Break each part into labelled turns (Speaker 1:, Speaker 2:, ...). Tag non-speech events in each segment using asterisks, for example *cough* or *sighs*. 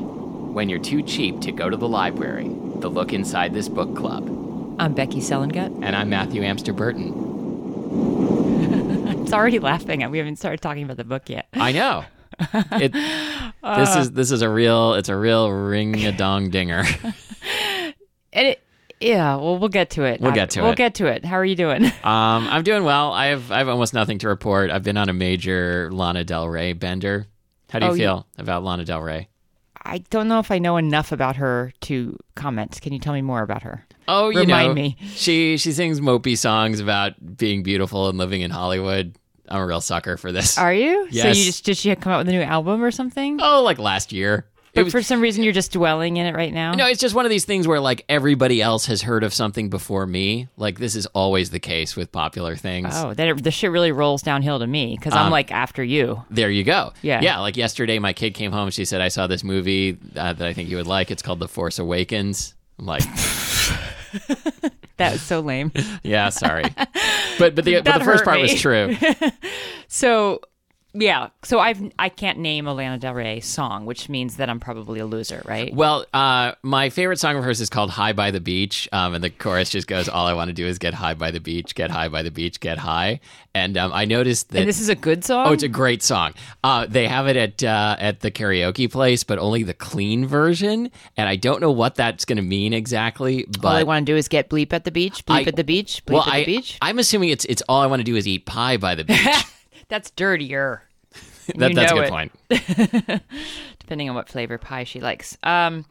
Speaker 1: when you're too cheap to go to the library, the look inside this book club.
Speaker 2: I'm Becky Selengut.
Speaker 1: And I'm Matthew Amster Burton.
Speaker 2: It's already *laughs* laughing. We haven't started talking about the book yet.
Speaker 1: I know. *laughs* It, this is this is a real it's a real ring a dong *laughs* dinger.
Speaker 2: And it, yeah, well, we'll get to it.
Speaker 1: We'll get to
Speaker 2: We'll
Speaker 1: it.
Speaker 2: get to it. How are you doing? *laughs*
Speaker 1: Um, I'm doing well. I have I have almost nothing to report. I've been on a major Lana Del Rey bender. How do you
Speaker 2: Oh, you-
Speaker 1: feel about Lana Del Rey?
Speaker 2: I don't know if I know enough about her to comment. Can you tell me more about her?
Speaker 1: Oh, you
Speaker 2: Remind
Speaker 1: know,
Speaker 2: me.
Speaker 1: She she sings mopey songs about being beautiful and living in Hollywood. I'm a real sucker for this.
Speaker 2: Are you? So
Speaker 1: Yes.
Speaker 2: you just did she come out with a new album or something?
Speaker 1: Oh, like last year. It
Speaker 2: but
Speaker 1: was-
Speaker 2: for some reason you're just dwelling in it right now.
Speaker 1: No, it's just one of these things where like everybody else has heard of something before me. Like this is always the case with popular things.
Speaker 2: Oh, that it, the shit really rolls downhill to me because
Speaker 1: Ah.
Speaker 2: I'm like after you.
Speaker 1: There you go.
Speaker 2: Yeah.
Speaker 1: Yeah. Like yesterday, my kid came home. She said, I saw this movie uh, that I think you would like. It's called The Force Awakens. I'm like, *laughs*
Speaker 2: That's so lame.
Speaker 1: yeah,
Speaker 2: *laughs*
Speaker 1: sorry. But but the, but
Speaker 2: That
Speaker 1: the first
Speaker 2: hurt
Speaker 1: part was
Speaker 2: me. *laughs*
Speaker 1: true.
Speaker 2: So yeah, so I've I can't name a Lana Del Rey song, which means that I'm probably a loser, right?
Speaker 1: Well, uh, my favorite song of hers is called High by the Beach. Um, and the chorus just goes, All I want to do is get high by the beach, get high by the beach, get high. And um, I noticed that.
Speaker 2: and this is a good song.
Speaker 1: Oh, it's a great song. Uh, they have it at uh, at the karaoke place, but only the clean version. And I don't know what that's going to mean exactly. But
Speaker 2: All I want to do is get bleep at the beach, bleep
Speaker 1: I-
Speaker 2: at the beach, bleep
Speaker 1: well,
Speaker 2: at the
Speaker 1: I,
Speaker 2: beach.
Speaker 1: I'm assuming it's it's all I want to do is eat pie by the
Speaker 2: *laughs*
Speaker 1: beach.
Speaker 2: That's dirtier.
Speaker 1: that,
Speaker 2: You
Speaker 1: that's a
Speaker 2: know
Speaker 1: good
Speaker 2: it.
Speaker 1: point.
Speaker 2: depending on what flavor pie she likes. Um,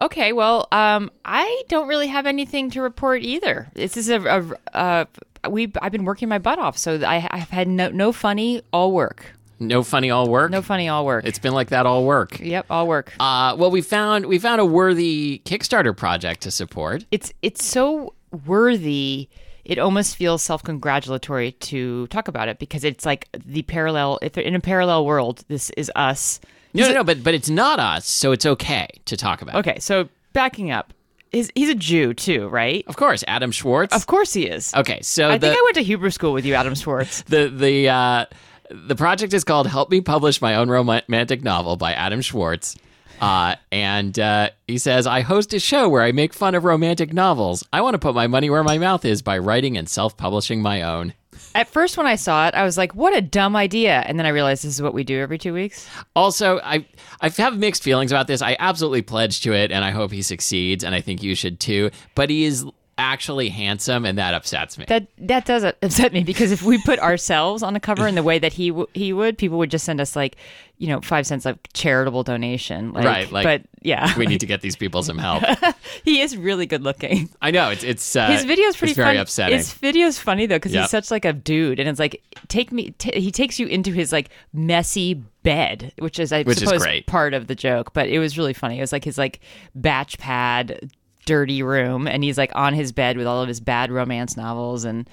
Speaker 2: okay, well, um, I don't really have anything to report either. This is a, a, a we. I've been working my butt off, so I, I've had no no funny all work.
Speaker 1: No funny all work.
Speaker 2: No funny all work.
Speaker 1: It's been like that all work.
Speaker 2: yep, all work.
Speaker 1: Uh, well, we found we found a worthy Kickstarter project to support.
Speaker 2: it's it's so worthy. It almost feels self-congratulatory to talk about it because it's like the parallel. If in a parallel world, this is us.
Speaker 1: No, no, no, but but it's not us, so it's okay to talk about.
Speaker 2: Okay, so backing up, he's he's a Jew too, right?
Speaker 1: Of course, Adam Schwartz.
Speaker 2: Of course he is.
Speaker 1: okay, so
Speaker 2: I
Speaker 1: the,
Speaker 2: think I went to Hebrew school with you, Adam Schwartz.
Speaker 1: the the uh, the project is called "Help Me Publish My Own Romantic Novel" by Adam Schwartz. Uh, and uh, he says, I host a show where I make fun of romantic novels. I want to put my money where my mouth is by writing and self publishing my own.
Speaker 2: *laughs* At first, when I saw it, I was like, "What a dumb idea!" And then I realized this is what we do every two weeks.
Speaker 1: Also, I I have mixed feelings about this. I absolutely pledge to it, and I hope he succeeds, and I think you should too. But he is actually handsome, and that upsets me.
Speaker 2: That that does *laughs* upset me because if we put ourselves on a cover in the way that he w- he would, people would just send us like, you know, five cents of charitable donation. Like,
Speaker 1: Right, like-
Speaker 2: but yeah,
Speaker 1: we need to get these people some help.
Speaker 2: *laughs* he is really good looking.
Speaker 1: I know it's it's uh,
Speaker 2: His video's pretty
Speaker 1: it's very
Speaker 2: funny.
Speaker 1: upsetting.
Speaker 2: His video's funny though because
Speaker 1: Yep.
Speaker 2: he's such like a dude, and it's like take me. T- he takes you into his like messy bed, which is I
Speaker 1: Which is
Speaker 2: suppose
Speaker 1: great.
Speaker 2: part of the joke, but it was really funny. It was like his like batch pad, dirty room, and he's like on his bed with all of his bad romance novels and.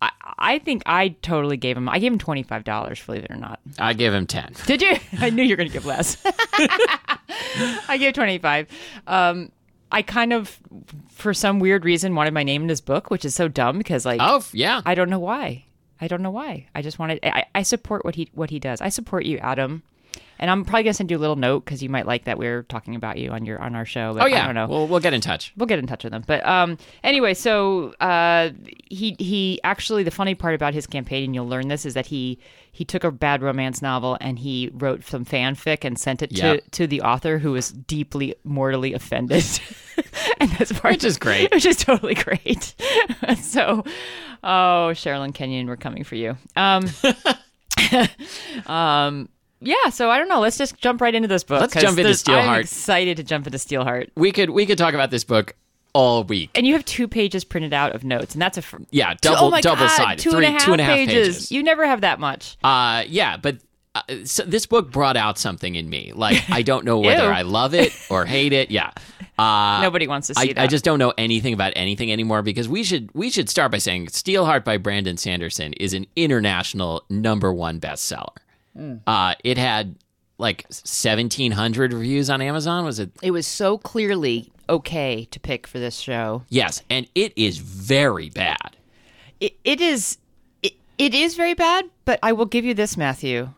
Speaker 2: I, I think I totally gave him. I gave him twenty five dollars, believe it or not.
Speaker 1: I give him ten.
Speaker 2: Did you? *laughs* I knew you were going to give less. *laughs* I gave 25. Um, I kind of, for some weird reason, wanted my name in his book, which is so dumb because, like,
Speaker 1: Oh f- yeah,
Speaker 2: I don't know why. I don't know why. I just wanted. I, I support what he what he does. I support you, Adam. And I'm probably gonna send you a little note because you might like that we're talking about you on your on our show. But
Speaker 1: oh yeah.
Speaker 2: I don't know
Speaker 1: We'll we'll get in touch.
Speaker 2: we'll get in touch with him. But um, anyway, so uh, he he actually the funny part about his campaign, and you'll learn this, is that he he took a bad romance novel and he wrote some fanfic and sent it
Speaker 1: Yeah.
Speaker 2: to to the author who was deeply mortally offended. *laughs* and that's part
Speaker 1: Which is great.
Speaker 2: which is totally great. *laughs* so, oh, Sherilyn Kenyon, we're coming for you. Um, *laughs* um, yeah, so I don't know. Let's just jump right into this book.
Speaker 1: Let's
Speaker 2: 'cause
Speaker 1: jump into
Speaker 2: there's- I'm
Speaker 1: Steelheart.
Speaker 2: excited to jump into Steelheart
Speaker 1: We could we could talk about this book all week.
Speaker 2: and you have two pages printed out of notes, and that's a fr-
Speaker 1: Yeah, double
Speaker 2: oh my
Speaker 1: double
Speaker 2: God,
Speaker 1: sided,
Speaker 2: two
Speaker 1: three
Speaker 2: and a half
Speaker 1: two and a half
Speaker 2: pages.
Speaker 1: pages.
Speaker 2: You never have that much.
Speaker 1: Uh, yeah, but uh, so this book brought out something in me. Like I don't know whether
Speaker 2: Ew.
Speaker 1: I love it or hate it. Yeah. Uh,
Speaker 2: Nobody wants to *laughs* see
Speaker 1: I,
Speaker 2: that.
Speaker 1: I just don't know anything about anything anymore because we should we should start by saying Steelheart by Brandon Sanderson is an international number one bestseller.
Speaker 2: Hmm.
Speaker 1: Uh, it had like seventeen hundred reviews on Amazon. Was it?
Speaker 2: it was so clearly okay to pick for this show.
Speaker 1: Yes, and it is very bad.
Speaker 2: It, it is, it, it is very bad. But I will give you this, Matthew.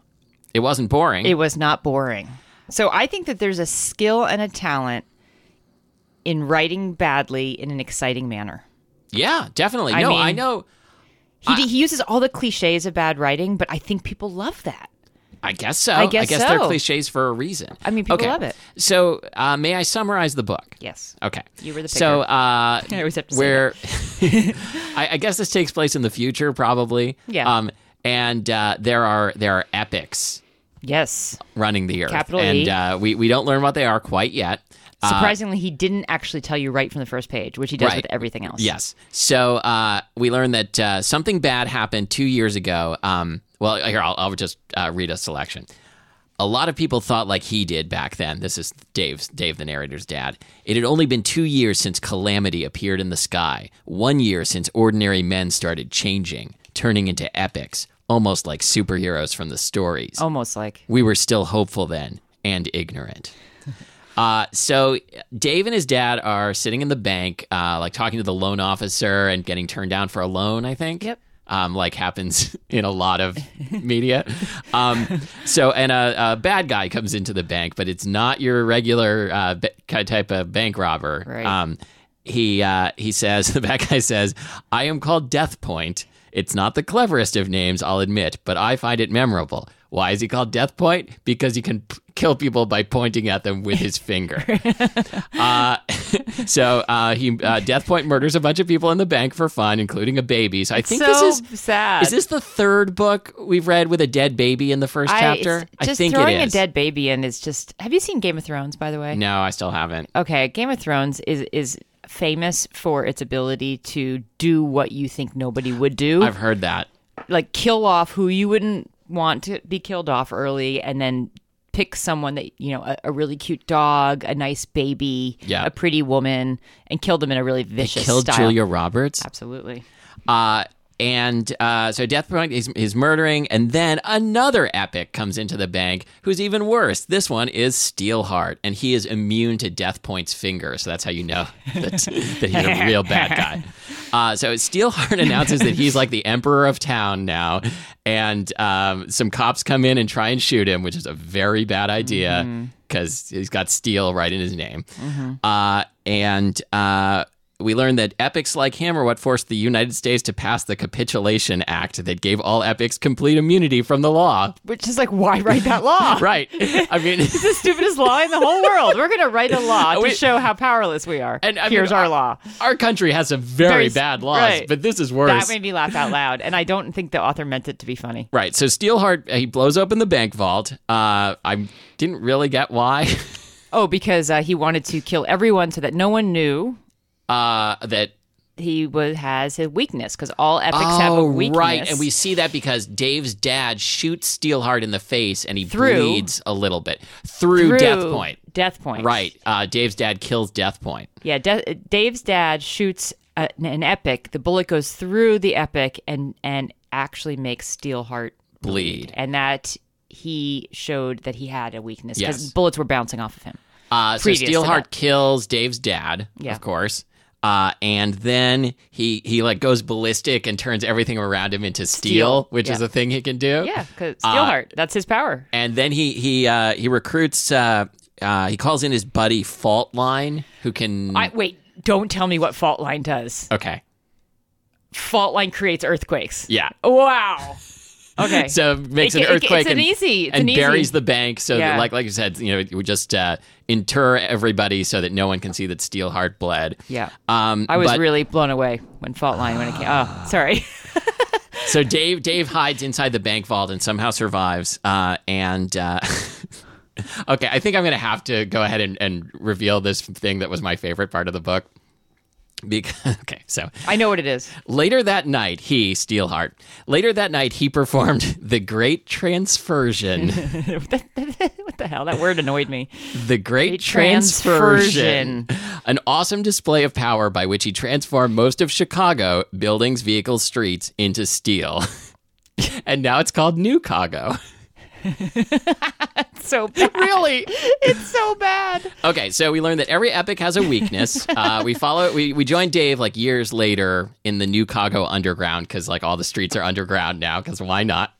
Speaker 1: It wasn't boring.
Speaker 2: It was not boring. So I think that there's a skill and a talent in writing badly in an exciting manner.
Speaker 1: Yeah, definitely.
Speaker 2: I
Speaker 1: no,
Speaker 2: mean-
Speaker 1: I know.
Speaker 2: He, he uses all the cliches of bad writing, but I think people love that.
Speaker 1: I guess so.
Speaker 2: I guess
Speaker 1: they're
Speaker 2: so.
Speaker 1: cliches for a reason.
Speaker 2: I mean, people
Speaker 1: Okay.
Speaker 2: love it.
Speaker 1: So, uh, may I summarize the book?
Speaker 2: Yes.
Speaker 1: Okay.
Speaker 2: You were the
Speaker 1: So, uh,
Speaker 2: *laughs* I always have to say
Speaker 1: where *laughs* I, I guess this takes place in the future, probably.
Speaker 2: Yeah.
Speaker 1: Um, and uh, there are there are epics
Speaker 2: Yes.
Speaker 1: running the earth,
Speaker 2: Capital
Speaker 1: and
Speaker 2: E.
Speaker 1: uh, we we don't learn what they are quite yet. Uh,
Speaker 2: Surprisingly, he didn't actually tell you right from the first page, which he does
Speaker 1: Right.
Speaker 2: with everything else.
Speaker 1: Yes. So uh, we learned that uh, something bad happened two years ago. Um, well, here, I'll, I'll just uh, read a selection. A lot of people thought like he did back then. This is Dave's, Dave, the narrator's dad. It had only been two years since calamity appeared in the sky, one year since ordinary men started changing, turning into epics, almost like superheroes from the stories.
Speaker 2: Almost like
Speaker 1: We were still hopeful then and ignorant. *laughs* Uh, so Dave and his dad are sitting in the bank, uh, like talking to the loan officer and getting turned down for a loan. I think.
Speaker 2: Yep.
Speaker 1: Um, like happens *laughs* in a lot of media. Um, so, and a, a bad guy comes into the bank, but it's not your regular uh, ba- ki- type of bank robber.
Speaker 2: Right.
Speaker 1: Um, he uh, he says *laughs* the bad guy says, "I am called Death Point. It's not the cleverest of names, I'll admit, but I find it memorable. Why is he called Death Point? Because he can p- kill people by pointing at them with his
Speaker 2: *laughs*
Speaker 1: finger." Uh, *laughs* so uh, he uh, Death Point murders a bunch of people in the bank for fun, including a baby. So I think
Speaker 2: so
Speaker 1: this is
Speaker 2: sad.
Speaker 1: is this the third book we've read with a dead baby in the first
Speaker 2: I, it's-
Speaker 1: chapter? I
Speaker 2: just
Speaker 1: think
Speaker 2: throwing
Speaker 1: it is.
Speaker 2: a dead baby in is just. Have you seen Game of Thrones, by the way?
Speaker 1: no, I still haven't.
Speaker 2: Okay, Game of Thrones is is famous for its ability to do what you think nobody would do,
Speaker 1: I've heard that.
Speaker 2: like kill off who you wouldn't want to be killed off early, and then pick someone that you know a, a really cute dog, a nice baby,
Speaker 1: Yeah.
Speaker 2: a pretty woman, and kill them in a really vicious
Speaker 1: Killed
Speaker 2: style.
Speaker 1: Julia Roberts.
Speaker 2: Absolutely.
Speaker 1: Uh, and uh, so Death Point is, is murdering, and then another epic comes into the bank, who's even worse. This one is Steelheart, and he is immune to Death Point's finger, so that's how you know *laughs* that, that he's a real bad guy. Uh, so Steelheart *laughs* announces that he's like the emperor of town now, and um, some cops come in and try and shoot him, which is a very bad idea because he's got steel right in his name. Uh, and uh, we learned that epics like him are what forced the United States to pass the Capitulation Act that gave all epics complete immunity from the law. *laughs*
Speaker 2: Which is like, why write that law?
Speaker 1: Right. I mean, *laughs*
Speaker 2: the stupidest law in the whole world. We're gonna write a law to
Speaker 1: Wait.
Speaker 2: show how powerless we are.
Speaker 1: And, I mean, uh,
Speaker 2: here's
Speaker 1: I-
Speaker 2: our law.
Speaker 1: our country has some very
Speaker 2: Very s-
Speaker 1: bad laws,
Speaker 2: right.
Speaker 1: but this is worse.
Speaker 2: That made me laugh out loud, and I don't think the author meant it to be funny.
Speaker 1: right. So Steelheart, he blows open the bank vault. Uh, I didn't really get why *laughs*
Speaker 2: Oh, because uh, he wanted to kill everyone so that no one knew
Speaker 1: uh, that.
Speaker 2: he was has his weakness. Because all epics have a
Speaker 1: Oh,
Speaker 2: weakness.
Speaker 1: right. And we see that because Dave's dad shoots Steelheart in the face and he
Speaker 2: Through-
Speaker 1: bleeds a little bit through,
Speaker 2: Through
Speaker 1: Death Point.
Speaker 2: Death point.
Speaker 1: Right. Uh, Dave's dad kills Death Point.
Speaker 2: Yeah. De- Dave's dad shoots a, an epic. The bullet goes through the epic and and actually makes Steelheart
Speaker 1: Bleed.
Speaker 2: and that he showed that he had a weakness because
Speaker 1: Yes.
Speaker 2: bullets were bouncing off of him.
Speaker 1: Uh, so
Speaker 2: previous to
Speaker 1: Steelheart
Speaker 2: that.
Speaker 1: kills Dave's dad,
Speaker 2: Yeah.
Speaker 1: of course. Uh, and then he he like goes ballistic and turns everything around him into steel,
Speaker 2: Steel,
Speaker 1: which is
Speaker 2: yeah.
Speaker 1: a thing he can do.
Speaker 2: Yeah, because Steelheart, that's his power.
Speaker 1: And then he he uh, he recruits uh, uh, he calls in his buddy Faultline, who can
Speaker 2: I, wait, don't tell me what fault line does.
Speaker 1: okay
Speaker 2: Fault line creates earthquakes.
Speaker 1: yeah.
Speaker 2: Wow.
Speaker 1: *laughs*
Speaker 2: Okay.
Speaker 1: So makes an
Speaker 2: It- it- it's
Speaker 1: earthquake
Speaker 2: an
Speaker 1: and,
Speaker 2: easy- it's
Speaker 1: and
Speaker 2: an
Speaker 1: buries
Speaker 2: easy-
Speaker 1: the bank so that
Speaker 2: Yeah.
Speaker 1: like like you said you know we just uh, inter everybody so that no one can see that Steelheart bled.
Speaker 2: yeah.
Speaker 1: Um,
Speaker 2: *laughs* I was
Speaker 1: but-
Speaker 2: really blown away when fault line when it came. *sighs* Oh, sorry.
Speaker 1: So Dave Dave hides inside the bank vault and somehow survives. Uh, and uh, *laughs* okay, I think I'm gonna have to go ahead and, and reveal this thing that was my favorite part of the book. Because *laughs* okay, so
Speaker 2: I know what it is.
Speaker 1: later that night, he Steelheart. Later that night, he performed the Great Transversion.
Speaker 2: *laughs* what the *laughs* hell? That word annoyed me.
Speaker 1: The Great
Speaker 2: Transversion.
Speaker 1: Transversion, an awesome display of power by which he transformed most of Chicago buildings, vehicles, streets into steel. *laughs* and now it's called New Cago.
Speaker 2: *laughs* So bad.
Speaker 1: really?
Speaker 2: it's so bad.
Speaker 1: Okay, so we learned that every epic has a weakness. uh, we follow. We we join Dave like years later in the new Cago underground because like all the streets are underground now. Because why not?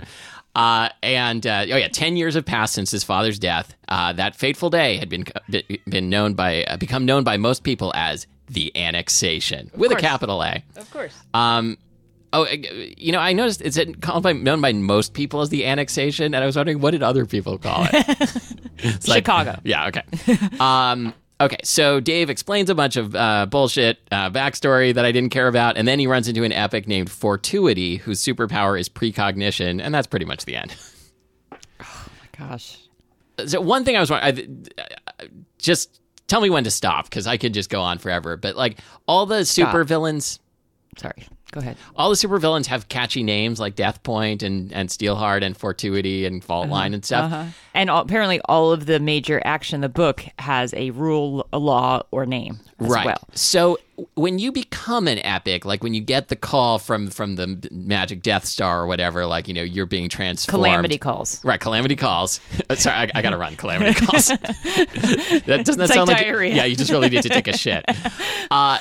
Speaker 1: Uh, and uh, oh yeah, ten years have passed since his father's death. Uh, that fateful day had been uh, been known by uh, become known by most people as the annexation with
Speaker 2: course.
Speaker 1: a capital A.
Speaker 2: Of course.
Speaker 1: Um, oh, uh, you know, I noticed it's called by known by most people as the annexation, and I was wondering what did other people call it. It's like-
Speaker 2: Chicago.
Speaker 1: yeah. Okay. *laughs* um, okay. So Dave explains a bunch of uh, bullshit uh, backstory that I didn't care about, and then he runs into an epic named Fortuity, whose superpower is precognition, and that's pretty much the end. *laughs*
Speaker 2: Gosh.
Speaker 1: so one thing I was wondering, I, just tell me when to stop because I could just go on forever. But like all the super villains,
Speaker 2: Sorry. Go ahead.
Speaker 1: all the super villains have catchy names like Death Point and and Steelheart and Fortuity and Fault
Speaker 2: Uh-huh.
Speaker 1: Line and stuff.
Speaker 2: Uh, And all, apparently, all of the major action in the book has a rule, a law, or name as
Speaker 1: right.
Speaker 2: well.
Speaker 1: So w- when you become an epic, like when you get the call from from the m- magic Death Star or whatever, like you know you're being transformed.
Speaker 2: Calamity calls.
Speaker 1: Right, calamity calls. *laughs* Uh, Sorry, I, I gotta run. Calamity
Speaker 2: *laughs*
Speaker 1: calls. that doesn't that
Speaker 2: like
Speaker 1: sound like
Speaker 2: diarrhea.
Speaker 1: Yeah, you just really need to take a
Speaker 2: *laughs*
Speaker 1: shit. Uh,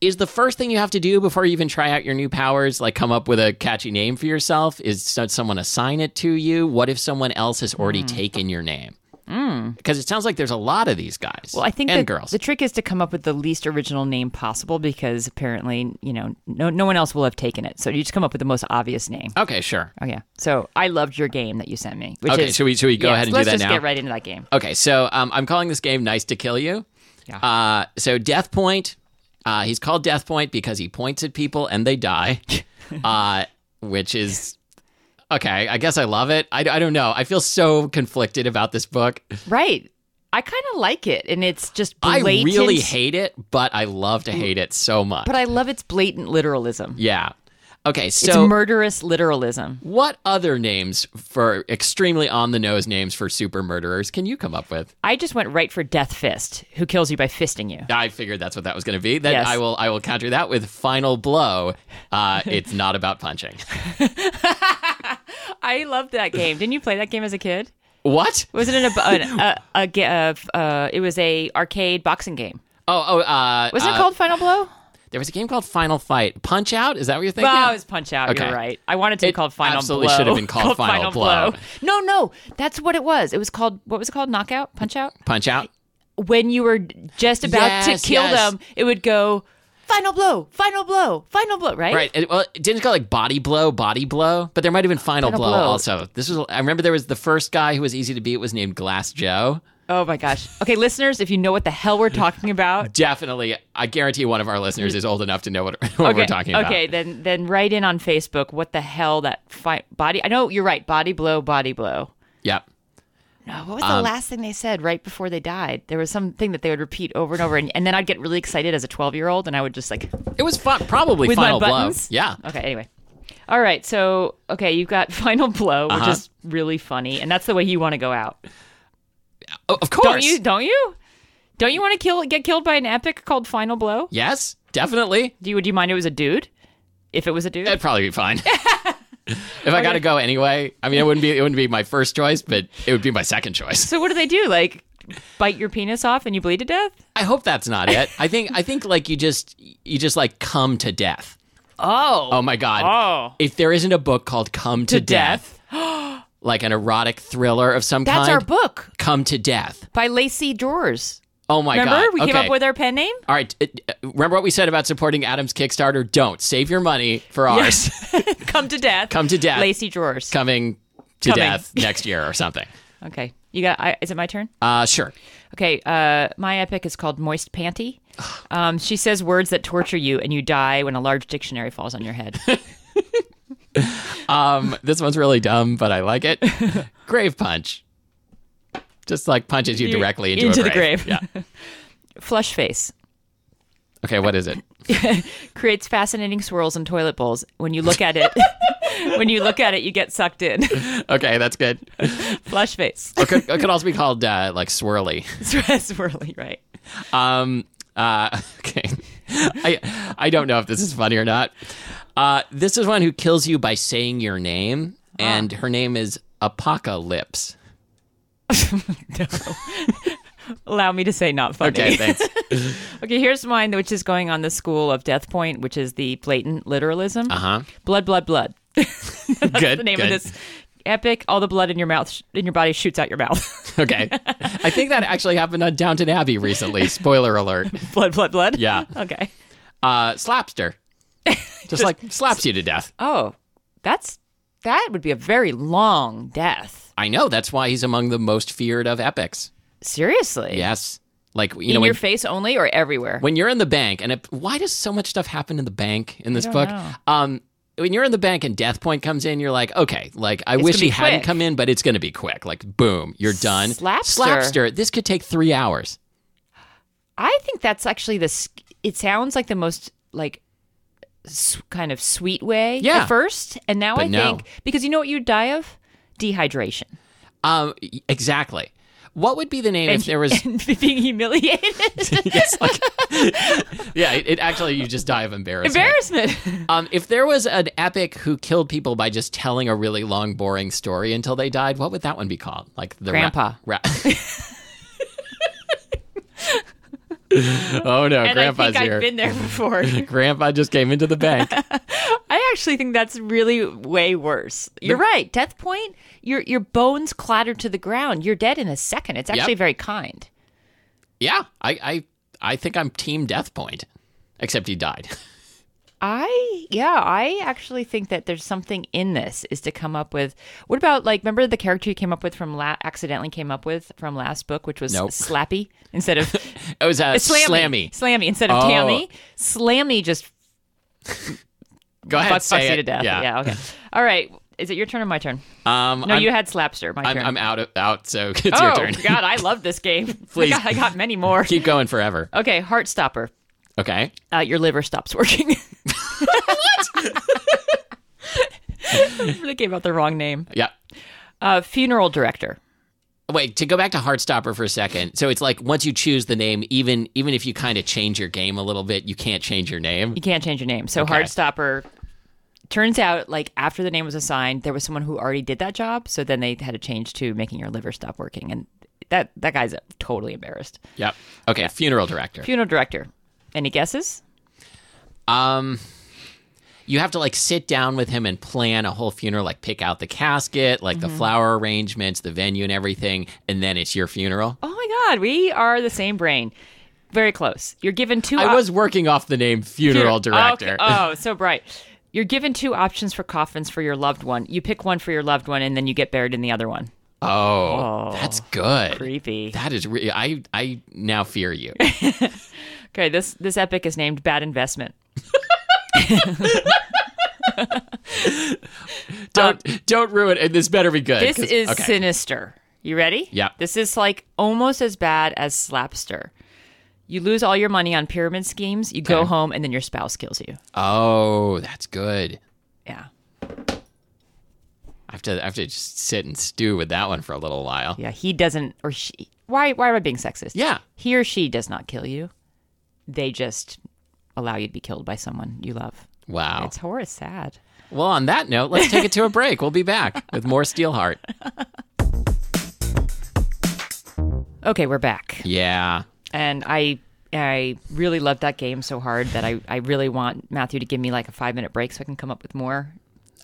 Speaker 1: is the first thing you have to do before you even try out your new powers like come up with a catchy name for yourself? Is does someone assign it to you? What if someone else has
Speaker 2: Hmm.
Speaker 1: already taken your name? Because it sounds like there's a lot of these guys.
Speaker 2: Well, I think
Speaker 1: and
Speaker 2: that
Speaker 1: girls.
Speaker 2: the trick is to come up with the least original name possible because apparently, you know, no, no one else will have taken it. So you just come up with the most obvious name.
Speaker 1: okay, sure.
Speaker 2: Oh yeah. So I loved your game that you sent me. Which
Speaker 1: Okay,
Speaker 2: is,
Speaker 1: should we- should we go
Speaker 2: Yes,
Speaker 1: ahead and do
Speaker 2: let's
Speaker 1: that
Speaker 2: just
Speaker 1: now?
Speaker 2: get right into that game.
Speaker 1: Okay, so um, I'm calling this game "Nice to Kill You."
Speaker 2: Yeah.
Speaker 1: Uh, so Death Point, uh, he's called Death Point because he points at people and they
Speaker 2: *laughs*
Speaker 1: die, uh, which is okay. I guess I love it. I, I don't know. I feel so conflicted about this book.
Speaker 2: Right. I kind of like it, and it's just
Speaker 1: I
Speaker 2: blatant.
Speaker 1: really hate it, but I love to hate it so much.
Speaker 2: but I love its blatant literalism.
Speaker 1: yeah. Okay,
Speaker 2: It's
Speaker 1: so
Speaker 2: murderous literalism.
Speaker 1: what other names for extremely on the nose names for super murderers can you come up with?
Speaker 2: I just went right for Death Fist, who kills you by fisting you.
Speaker 1: I figured that's what that was going to be. Then
Speaker 2: Yes.
Speaker 1: I will I will counter that with final blow.
Speaker 2: *laughs*
Speaker 1: Uh, it's not about punching.
Speaker 2: I loved that game. Didn't you play that game as a kid?
Speaker 1: What?
Speaker 2: Wasn't it a, an, a, a, ga- uh, f- uh, it was a arcade boxing game?
Speaker 1: Oh oh. Uh,
Speaker 2: Wasn't
Speaker 1: uh,
Speaker 2: it called Final Blow?
Speaker 1: There was a game called Final Fight. Punch Out. Is that what you're thinking?
Speaker 2: Wow, it was Punch Out.
Speaker 1: Okay.
Speaker 2: You're right. I wanted to be
Speaker 1: It
Speaker 2: called Final
Speaker 1: absolutely
Speaker 2: Blow.
Speaker 1: should have been
Speaker 2: *laughs*
Speaker 1: called Final Blow.
Speaker 2: No, no, that's what it was. It was called what was it called? Knockout, Punch Out.
Speaker 1: Punch Out.
Speaker 2: When you were just about
Speaker 1: Yes,
Speaker 2: to kill
Speaker 1: yes.
Speaker 2: them, it would go Final Blow, Final Blow, Final Blow. Right?
Speaker 1: Right. It, well, it didn't call like Body Blow, Body Blow, but there might have been Final,
Speaker 2: Final
Speaker 1: blow,
Speaker 2: Blow.
Speaker 1: also. This was. I remember there was the first guy who was easy to beat was named Glass Joe.
Speaker 2: Oh my gosh. Okay, listeners, if you know what the hell we're talking about,
Speaker 1: Definitely, I guarantee one of our listeners is old enough to know what, *laughs* what
Speaker 2: okay,
Speaker 1: we're talking about.
Speaker 2: Okay, then then write in on Facebook what the hell that fi- body. I know you're right. Body blow, body blow.
Speaker 1: Yep.
Speaker 2: No, what was
Speaker 1: Um,
Speaker 2: the last thing they said right before they died? There was something that they would repeat over and over, and, and then I'd get really excited as a 12 year old, and I would just like
Speaker 1: It was fun. Probably
Speaker 2: with
Speaker 1: Final
Speaker 2: my
Speaker 1: Blow.
Speaker 2: buttons.
Speaker 1: Yeah.
Speaker 2: Okay. Anyway. All right. So okay, you've got *laughs* final blow, which
Speaker 1: Uh-huh.
Speaker 2: is really funny, and that's the way you want to go out.
Speaker 1: Oh, of course.
Speaker 2: Don't you? Don't you? Don't you want to kill get killed by an epic called Final Blow?
Speaker 1: Yes, definitely.
Speaker 2: Do you would you mind if it was a dude? If it was a dude?
Speaker 1: That'd probably be
Speaker 2: *laughs*
Speaker 1: fine. if I got to go anyway, I mean, it wouldn't be it wouldn't be my first choice, but it would be my second choice.
Speaker 2: So what do they do? Like bite your penis off and you bleed to death?
Speaker 1: I hope that's not it. I think I think like you just you just like come to death.
Speaker 2: Oh.
Speaker 1: Oh my god!
Speaker 2: Oh.
Speaker 1: If there isn't a book called "Come to,
Speaker 2: Death.
Speaker 1: Death," like an erotic thriller of some
Speaker 2: That's
Speaker 1: kind,
Speaker 2: our book
Speaker 1: "Come to Death."
Speaker 2: by Lacey Drawers.
Speaker 1: Oh my
Speaker 2: Remember?
Speaker 1: god!
Speaker 2: We came
Speaker 1: Okay.
Speaker 2: up with our pen name?
Speaker 1: All right. uh, uh, Remember what we said about supporting Adam's Kickstarter? Don't save your money for ours.
Speaker 2: *laughs* Come to death.
Speaker 1: Come to death.
Speaker 2: Lacey Drawers.
Speaker 1: Coming to
Speaker 2: Coming.
Speaker 1: death next year or
Speaker 2: *laughs*
Speaker 1: something.
Speaker 2: Okay. You got I, is it my turn?
Speaker 1: Uh, sure.
Speaker 2: Okay, uh, my epic is called Moist Panty. Um, she says words that torture you and you die when a large dictionary falls on
Speaker 1: *laughs*
Speaker 2: your head.
Speaker 1: Um, this one's really dumb, but I like
Speaker 2: *laughs*
Speaker 1: it. grave punch. Just like punches you directly into,
Speaker 2: into
Speaker 1: a
Speaker 2: the
Speaker 1: grave.
Speaker 2: grave.
Speaker 1: Yeah.
Speaker 2: Flush face.
Speaker 1: Okay, what is it?
Speaker 2: Creates fascinating swirls in toilet bowls. When you look at it *laughs* when you look at it you get sucked in. *laughs*
Speaker 1: Okay, that's good.
Speaker 2: Flush face. *laughs*
Speaker 1: It could, it could also be called uh, like swirly.
Speaker 2: Swirly, right.
Speaker 1: Um, uh, *laughs* okay. I I don't know if this is funny or not. Uh, this is one who kills you by saying your name,
Speaker 2: Ah.
Speaker 1: and her name is Apocalypse.
Speaker 2: Allow me to say not funny. *laughs*
Speaker 1: Okay, thanks.
Speaker 2: Okay, here's mine, which is going on the school of Death Point, which is the blatant literalism.
Speaker 1: Uh huh.
Speaker 2: Blood, blood, blood.
Speaker 1: Good.
Speaker 2: The name
Speaker 1: good.
Speaker 2: of this Epic, all the blood in your mouth, sh- in your body shoots out your mouth. *laughs*
Speaker 1: Okay. I think that actually happened on Downton Abbey recently. Spoiler alert.
Speaker 2: blood, blood, blood.
Speaker 1: Yeah.
Speaker 2: Okay.
Speaker 1: Uh,
Speaker 2: *laughs*
Speaker 1: slapster. Just, like slaps you to death.
Speaker 2: Oh, that's that would be a very long death.
Speaker 1: I know. That's why he's among the most feared of epics.
Speaker 2: Seriously.
Speaker 1: Yes. Like, you
Speaker 2: In
Speaker 1: know, when,
Speaker 2: your face only or everywhere?
Speaker 1: when you're in the bank, and it, why does so much stuff happen in the bank in this
Speaker 2: don't
Speaker 1: book?
Speaker 2: know.
Speaker 1: Um, when you're in the bank and Death Point comes in, you're like, okay, like I
Speaker 2: It's
Speaker 1: wish
Speaker 2: gonna be
Speaker 1: he hadn't
Speaker 2: quick.
Speaker 1: come in, but it's going to be quick. Like, boom, you're done.
Speaker 2: Slapster.
Speaker 1: Slapster. This could take three hours.
Speaker 2: I think that's actually the. s- It sounds like the most like s kind of sweet way
Speaker 1: Yeah.
Speaker 2: at first, and now
Speaker 1: But
Speaker 2: I
Speaker 1: no.
Speaker 2: think because you know what you die of dehydration
Speaker 1: Um, y- exactly. What would be the name if there was
Speaker 2: *laughs* and being
Speaker 1: *laughs*
Speaker 2: humiliated,
Speaker 1: Yes, like- yeah, it, it actually you just die of embarrassment.
Speaker 2: embarrassment.
Speaker 1: um, if there was an epic who killed people by just telling a really long, boring story until they died, what would that one be called? Like the ra-
Speaker 2: Grandpa.
Speaker 1: ra- *laughs* oh no,
Speaker 2: and I
Speaker 1: Grandpa's
Speaker 2: think
Speaker 1: here.
Speaker 2: I've been there
Speaker 1: *laughs*
Speaker 2: before.
Speaker 1: Grandpa just came into the
Speaker 2: *laughs*
Speaker 1: bank.
Speaker 2: I actually think that's really way worse. You're right. Death point. Your your bones clatter to the ground. You're dead in a second. It's actually very kind.
Speaker 1: yeah, I, I, I think I'm Team Death Point, except he died. *laughs*
Speaker 2: I yeah, I actually think that there's something in this is to come up with. What about like remember the character you came up with from la- accidentally came up with from last book, which was
Speaker 1: Nope.
Speaker 2: Slappy instead
Speaker 1: *laughs*
Speaker 2: of
Speaker 1: It was uh,
Speaker 2: Slammy,
Speaker 1: slammy.
Speaker 2: Slammy instead of
Speaker 1: Oh.
Speaker 2: Tammy. Slammy just
Speaker 1: Go ahead,
Speaker 2: fuck
Speaker 1: say
Speaker 2: fucks you
Speaker 1: it.
Speaker 2: to death.
Speaker 1: Yeah.
Speaker 2: okay. All right, is it your turn or my turn?
Speaker 1: Um,
Speaker 2: No,
Speaker 1: I'm,
Speaker 2: you had Slapster. My
Speaker 1: I'm,
Speaker 2: turn.
Speaker 1: I'm out of out, so *laughs* it's
Speaker 2: oh
Speaker 1: your turn.
Speaker 2: *laughs* God, I love
Speaker 1: *laughs*
Speaker 2: this game.
Speaker 1: Please.
Speaker 2: I got, I got many more.
Speaker 1: Keep going forever.
Speaker 2: Okay, Heart Stopper.
Speaker 1: Okay.
Speaker 2: uh, your liver stops working. *laughs* what? *laughs* I gave out the wrong name.
Speaker 1: Yeah.
Speaker 2: Uh, funeral director.
Speaker 1: Wait, to go back to Heartstopper for a second. So it's like once you choose the name, even even if you kind of change your game a little bit, you can't change your name.
Speaker 2: You can't change your name. So
Speaker 1: Okay.
Speaker 2: Heartstopper. Turns out, like after the name was assigned, there was someone who already did that job. So then they had to change to making your liver stop working, and that that guy's totally embarrassed.
Speaker 1: Yep. Okay, funeral director.
Speaker 2: Funeral director. Any guesses?
Speaker 1: Um you have to like sit down with him and plan a whole funeral, like pick out the casket, like
Speaker 2: Mm-hmm.
Speaker 1: the flower arrangements, the venue and everything, and then it's your funeral.
Speaker 2: Oh my God, we are the same brain. Very close. You're given two.
Speaker 1: I
Speaker 2: op-
Speaker 1: was working off the name funeral director.
Speaker 2: Okay. Oh, so bright. You're given two options for coffins for your loved one. You pick one for your loved one, and then you get buried in the other one.
Speaker 1: Oh, that's good.
Speaker 2: Creepy.
Speaker 1: That is re- I I now fear
Speaker 2: *laughs*
Speaker 1: you.
Speaker 2: Okay, this this epic is named Bad Investment.
Speaker 1: Don't don't ruin it. This better be good.
Speaker 2: This
Speaker 1: 'cause-
Speaker 2: is
Speaker 1: okay.
Speaker 2: sinister. You ready?
Speaker 1: Yeah.
Speaker 2: This is like almost as bad as Slapster. You lose all your money on pyramid schemes. You go
Speaker 1: Okay.
Speaker 2: home, and then your spouse kills you.
Speaker 1: Oh, that's good.
Speaker 2: Yeah.
Speaker 1: I have to I have to just sit and stew with that one for a little while.
Speaker 2: Yeah. He doesn't, or she. Why? Why am I being sexist?
Speaker 1: Yeah.
Speaker 2: He or she does not kill you. They just allow you to be killed by someone you love.
Speaker 1: Wow.
Speaker 2: It's horror sad.
Speaker 1: Well, on that note, let's take it to a break. We'll be back with more Steelheart.
Speaker 2: Okay, we're back.
Speaker 1: Yeah.
Speaker 2: And I I really loved that game so hard that I, I really want Matthew to give me like a five minute break so I can come up with more.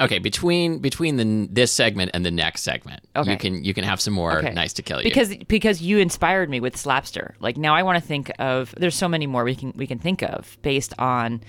Speaker 1: Okay, between between the this segment and the next segment,
Speaker 2: Okay.
Speaker 1: you can you can have some more
Speaker 2: Okay.
Speaker 1: nice to kill you.
Speaker 2: Because because you inspired me with Slapster. Like now I want to think of there's so many more we can we can think of based on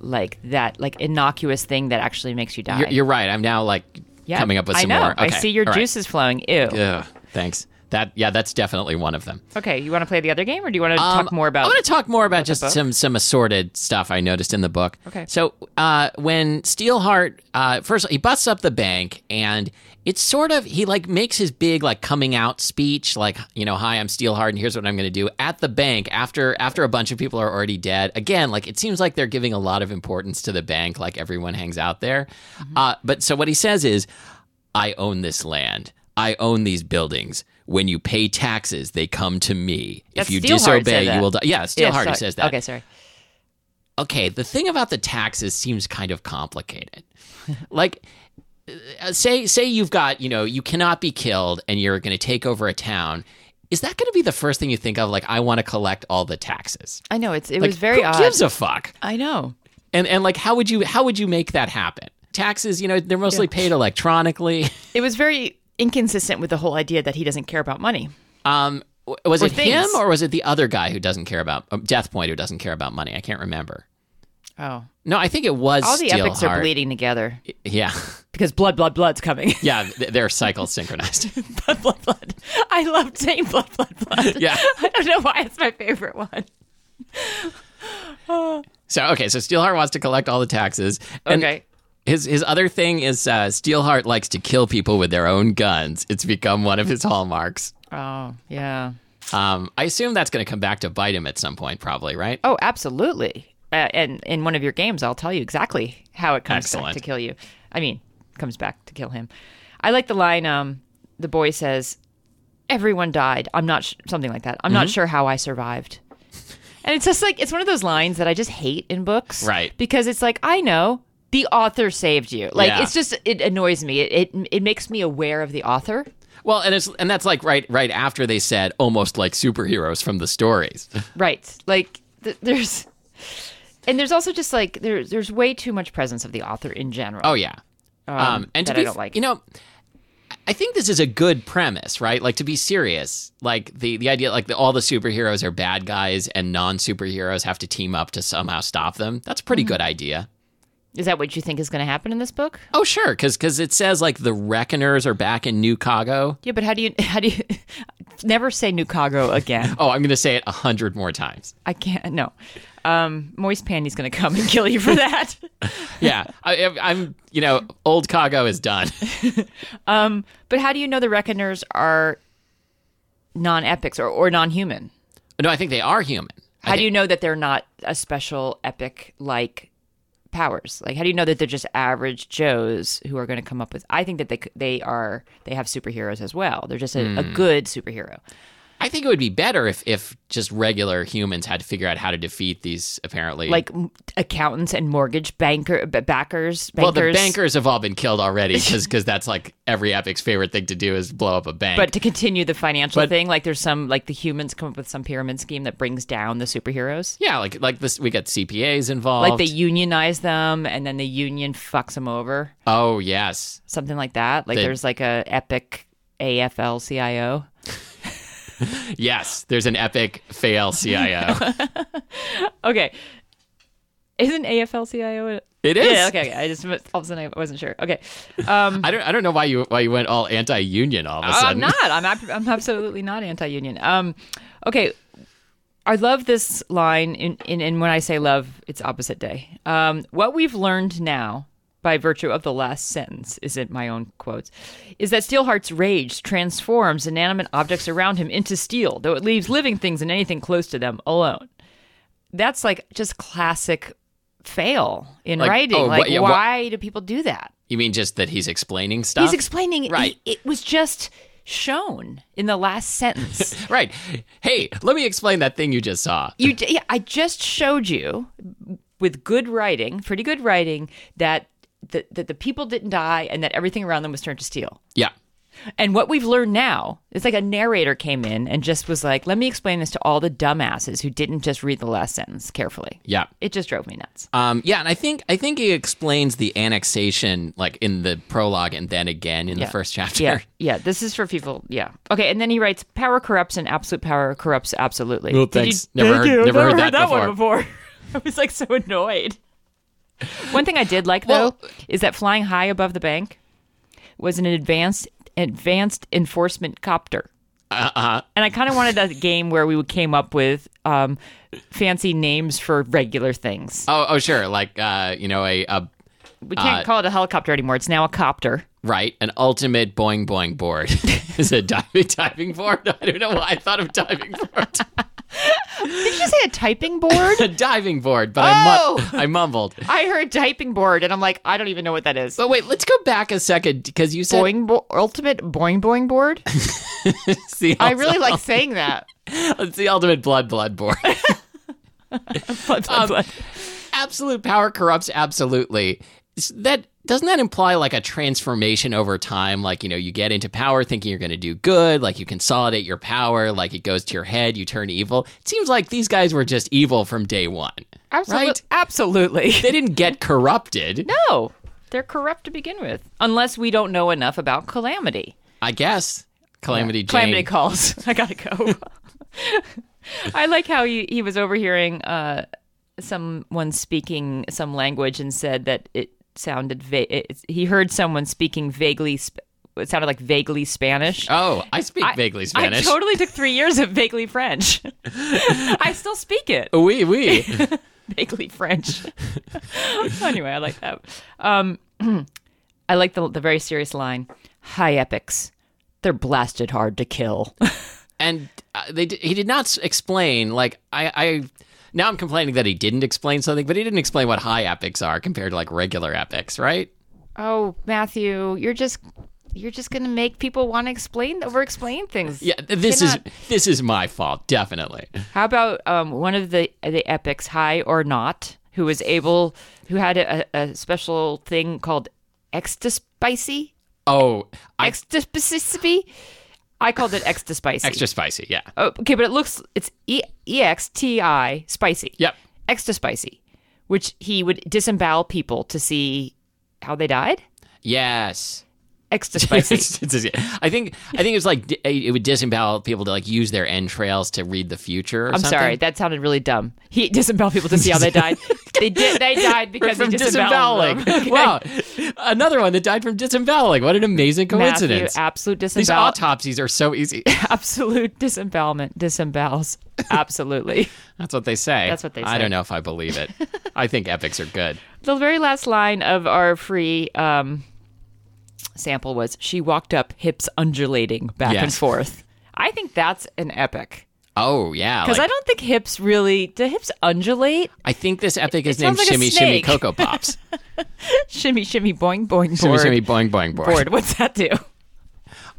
Speaker 2: like that like innocuous thing that actually makes you die.
Speaker 1: you're, you're right. I'm now like
Speaker 2: yeah,
Speaker 1: coming up with
Speaker 2: I
Speaker 1: some
Speaker 2: know.
Speaker 1: more.
Speaker 2: I
Speaker 1: Okay,
Speaker 2: see your
Speaker 1: all right.
Speaker 2: juices flowing. Ew.
Speaker 1: Ugh, thanks. That yeah, that's definitely one of them.
Speaker 2: Okay, you want to play the other game or do you want to talk
Speaker 1: Um,
Speaker 2: more
Speaker 1: I
Speaker 2: about
Speaker 1: want to talk more about just
Speaker 2: book?
Speaker 1: some some assorted stuff I noticed in the book.
Speaker 2: Okay.
Speaker 1: So uh, when Steelheart uh, first he busts up the bank and it's sort of he like makes his big like coming out speech like you know hi I'm Steelheart and here's what I'm going to do at the bank after after a bunch of people are already dead again like it seems like they're giving a lot of importance to the bank like everyone hangs out there
Speaker 2: Mm-hmm.
Speaker 1: uh, but so what he says is I own this land. I own these buildings. When you pay taxes, they come to me.
Speaker 2: That's
Speaker 1: if you
Speaker 2: Steelheart said
Speaker 1: disobey,
Speaker 2: that.
Speaker 1: you will die. Yeah,
Speaker 2: Yeah,
Speaker 1: Steelheart
Speaker 2: sorry.
Speaker 1: says that.
Speaker 2: Okay, sorry.
Speaker 1: Okay, the thing about the taxes seems kind of complicated. *laughs* like uh, say say you've got, you know, you cannot be killed and you're going to take over a town. Is that going to be the first thing you think of like I want to collect all the taxes?
Speaker 2: I know it's it
Speaker 1: Like,
Speaker 2: was very
Speaker 1: who
Speaker 2: odd.
Speaker 1: gives a fuck?
Speaker 2: I know.
Speaker 1: And and like how would you how would you make that happen? taxes, you know, they're mostly paid electronically.
Speaker 2: *laughs* It was very inconsistent with the whole idea that he doesn't care about money.
Speaker 1: Um, w- was
Speaker 2: Or
Speaker 1: it
Speaker 2: things.
Speaker 1: him or was it the other guy who doesn't care about um, Death Point who doesn't care about money? I can't remember.
Speaker 2: Oh,
Speaker 1: No, I think it was
Speaker 2: all the epics are
Speaker 1: Steelheart.
Speaker 2: bleeding together
Speaker 1: Yeah, *laughs*
Speaker 2: because blood, blood, blood's coming. *laughs*
Speaker 1: yeah, th- their cycles synchronized. *laughs*
Speaker 2: blood, blood, blood. I love saying blood, blood, blood.
Speaker 1: Yeah.
Speaker 2: *laughs* I don't know why it's my favorite one.
Speaker 1: So okay, so Steelheart wants to collect all the taxes. And
Speaker 2: Okay.
Speaker 1: His his other thing is uh, Steelheart likes to kill people with their own guns. It's become one of his hallmarks.
Speaker 2: Oh, yeah.
Speaker 1: Um, I assume that's going to come back to bite him at some point, probably, right?
Speaker 2: Oh, absolutely. Uh, and in one of your games, I'll tell you exactly how it comes
Speaker 1: Excellent.
Speaker 2: back to kill you. I mean, comes back to kill him. I like the line um, the boy says, Everyone died. I'm not sh-, something like that. I'm
Speaker 1: Mm-hmm.
Speaker 2: not sure how I survived. And it's just like, it's one of those lines that I just hate in books.
Speaker 1: Right.
Speaker 2: Because it's like, I know the author saved you. Like,
Speaker 1: Yeah.
Speaker 2: it's just, it annoys me. It, it, it makes me aware of the author.
Speaker 1: Well, and it's and that's like right right after they said almost like superheroes from the stories.
Speaker 2: Right. Like th- there's and there's also just like there, there's way too much presence of the author in general.
Speaker 1: Oh yeah. Um, and to
Speaker 2: that
Speaker 1: be,
Speaker 2: I don't like.
Speaker 1: you know, I think this is a good premise, right? Like to be serious, like the the idea, like the, all the superheroes are bad guys and non superheroes have to team up to somehow stop them. That's a pretty
Speaker 2: Mm-hmm.
Speaker 1: good idea.
Speaker 2: Is that what you think is going to happen in this book?
Speaker 1: Oh sure, because it says like the Reckoners are back in New Cago.
Speaker 2: Yeah, but how do you *laughs* how do you never say Nukago again?
Speaker 1: Oh, I'm gonna say it a hundred more times.
Speaker 2: I can't. No. Um, Moist Pandy's going to come and kill you for that.
Speaker 1: Yeah, *laughs* I, I'm- I'm. You know, old Cago is done. *laughs*
Speaker 2: but how do you know the Reckoners are non-epics or, or non-human?
Speaker 1: no, I think they are human. I
Speaker 2: How
Speaker 1: thi-
Speaker 2: do you know that they're not a special epic like powers? Like, how do you know that they're just average Joes who are going to come up with? I think that they c- they are they have superheroes as well. They're just a, a
Speaker 1: Hmm.
Speaker 2: good superhero.
Speaker 1: I think it would be better if if just regular humans had to figure out how to defeat these apparently
Speaker 2: Like m- accountants and mortgage banker b- backers. Bankers.
Speaker 1: Well, the bankers have all been killed
Speaker 2: *laughs*
Speaker 1: already because that's like every epic's favorite thing to do is blow up a bank.
Speaker 2: But to continue the financial
Speaker 1: But-
Speaker 2: thing, like there's some like the humans come up with some pyramid scheme that brings down the superheroes.
Speaker 1: yeah, like like this, we got CPAs involved.
Speaker 2: Like they unionize them, and then the union fucks them over.
Speaker 1: oh yes,
Speaker 2: Something like that. Like
Speaker 1: They-
Speaker 2: there's like a epic AFL CIO.
Speaker 1: yes. There's an epic
Speaker 2: *laughs*
Speaker 1: fail CIO.
Speaker 2: Okay. Isn't AFL CIO? a-
Speaker 1: it is.
Speaker 2: Yeah, okay, okay. I just, all of a sudden, I wasn't sure. Okay. Um,
Speaker 1: I don't I don't know why you why you went all anti union all of a
Speaker 2: I'm
Speaker 1: sudden.
Speaker 2: Uh, not. I'm, ab- I'm absolutely not anti union. Um, okay. I love this line. In, in, and when I say love, it's opposite day. Um, what we've learned now, by virtue of the last sentence, is in my own quotes, is that Steelheart's rage transforms inanimate objects around him into steel, though it leaves living things and anything close to them alone. That's like just classic fail in
Speaker 1: Like,
Speaker 2: writing.
Speaker 1: oh,
Speaker 2: like,
Speaker 1: what- yeah, what-
Speaker 2: why do people do that?
Speaker 1: You mean just that he's explaining stuff?
Speaker 2: He's explaining.
Speaker 1: Right.
Speaker 2: he- it was just shown in the last
Speaker 1: *laughs*
Speaker 2: sentence.
Speaker 1: right. Hey, let me explain that thing you just saw.
Speaker 2: you, d- yeah, I just showed you with good writing, pretty good writing, that the, that the people didn't die and that everything around them was turned to steel.
Speaker 1: Yeah.
Speaker 2: And what we've learned now, it's like a narrator came in and just was like, "Let me explain this to all the dumbasses who didn't just read the last sentence carefully."
Speaker 1: Yeah.
Speaker 2: It just drove me nuts.
Speaker 1: Um, yeah, and I think I think he explains the annexation like in the prologue and then again in the first chapter.
Speaker 2: *laughs* Yeah, yeah. This is for people. Yeah. Okay. And then he writes, "Power corrupts, and absolute power corrupts absolutely."
Speaker 1: Well,
Speaker 2: Did you-
Speaker 1: thanks. Never
Speaker 2: Thank
Speaker 1: heard-
Speaker 2: you. I've
Speaker 1: never heard that
Speaker 2: one before. *laughs* I was like so annoyed. One thing I did like though
Speaker 1: Well-
Speaker 2: is that flying high above the bank was an advanced advanced enforcement copter. Uh-huh. And I kind of wanted a game where we came up with um, fancy names for regular things.
Speaker 1: *laughs* Oh, oh, sure. Like, uh, you know, a, a
Speaker 2: We
Speaker 1: Uh,
Speaker 2: can't call it a helicopter anymore. It's now a copter.
Speaker 1: right, an ultimate boing boing board *laughs* is a diving diving board. *laughs* I don't know why I thought of diving board.
Speaker 2: Did you say a typing board?
Speaker 1: a diving board, but I, mu-
Speaker 2: Oh!
Speaker 1: I mumbled.
Speaker 2: I heard typing board, and I'm like, I don't even know what that is.
Speaker 1: But wait, let's go back a second because you said
Speaker 2: Boing bo- ultimate boing
Speaker 1: *laughs*
Speaker 2: boing board.
Speaker 1: it's the,
Speaker 2: I
Speaker 1: ult-
Speaker 2: really like saying that.
Speaker 1: *laughs* it's the ultimate blood blood board.
Speaker 2: Um,
Speaker 1: *laughs* Absolute power corrupts absolutely. S- That doesn't that imply like a transformation over time? Like you know, you get into power thinking you're going to do good, like you consolidate your power, like it goes to your head, you turn evil. It seems like these guys were just evil from day one.
Speaker 2: absolu-
Speaker 1: right?
Speaker 2: Absolutely.
Speaker 1: they didn't get corrupted.
Speaker 2: No. They're corrupt to begin with, unless we don't know enough about calamity.
Speaker 1: I guess Calamity Jane.
Speaker 2: Calamity calls. *laughs* I
Speaker 1: *laughs*
Speaker 2: gotta go. I like how he, he was overhearing uh, someone speaking some language and said that it sounded va- it, he heard someone speaking vaguely. Sp- it sounded like vaguely Spanish.
Speaker 1: Oh, I speak vaguely Spanish.
Speaker 2: I totally took three years of vaguely French. I still speak it
Speaker 1: *laughs* Oui, oui.
Speaker 2: vaguely French. *laughs* anyway, I like that. Um, *clears throat* I like the the very serious line. High epics, they're blasted hard to kill.
Speaker 1: and uh, they d- he did not s- explain like I, I now I'm complaining that he didn't explain something, but he didn't explain what high epics are compared to like regular epics, right?
Speaker 2: *laughs* oh, Matthew, you're just you're just gonna make people want to explain over explain things.
Speaker 1: Yeah, th- this is
Speaker 2: Cannot-
Speaker 1: this is my fault, definitely.
Speaker 2: How about um, one of the the epics, High or Not, who was able, who had a, a special thing called extra spicy,
Speaker 1: Oh, I,
Speaker 2: extra spicy. I called it extra spicy.
Speaker 1: extra spicy, yeah,
Speaker 2: Oh, okay, but it looks it's e x t i spicy.
Speaker 1: yep,
Speaker 2: extra spicy, which he would disembowel people to see how they died. *laughs*
Speaker 1: yes. *laughs*
Speaker 2: Extra spicy.
Speaker 1: It's- it's- it's- I think I think it was like di- it would disembowel people to like use their entrails to read the future. Or
Speaker 2: I'm
Speaker 1: something.
Speaker 2: sorry, that sounded really dumb. He disemboweled people to see how
Speaker 1: *laughs*
Speaker 2: they died. they did. They died because
Speaker 1: from
Speaker 2: he disemboweled
Speaker 1: disemboweling. *laughs*
Speaker 2: them.
Speaker 1: Wow, another one that died from disemboweling. What an amazing
Speaker 2: *laughs* Matthew,
Speaker 1: coincidence!
Speaker 2: absolute
Speaker 1: These
Speaker 2: disembowel.
Speaker 1: autopsies are so easy.
Speaker 2: *laughs*
Speaker 1: *laughs*
Speaker 2: absolute disembowelment. Disembowels. Absolutely.
Speaker 1: That's what they say.
Speaker 2: That's what they
Speaker 1: I
Speaker 2: say.
Speaker 1: don't know if I believe
Speaker 2: *laughs*
Speaker 1: it. I think epics are good.
Speaker 2: the very last line of our free um, sample was she walked up hips undulating back and
Speaker 1: Yes.
Speaker 2: forth i think that's an epic
Speaker 1: Oh yeah,
Speaker 2: because
Speaker 1: like, I,
Speaker 2: i don't think hips really do hips undulate
Speaker 1: think this epic is named
Speaker 2: sounds like a
Speaker 1: Shimmy Shimmy
Speaker 2: snake.
Speaker 1: Cocoa Pops.
Speaker 2: *laughs* shimmy shimmy boing boing
Speaker 1: shimmy
Speaker 2: board,
Speaker 1: Shimmy Boing Boing Board.
Speaker 2: board. what's that do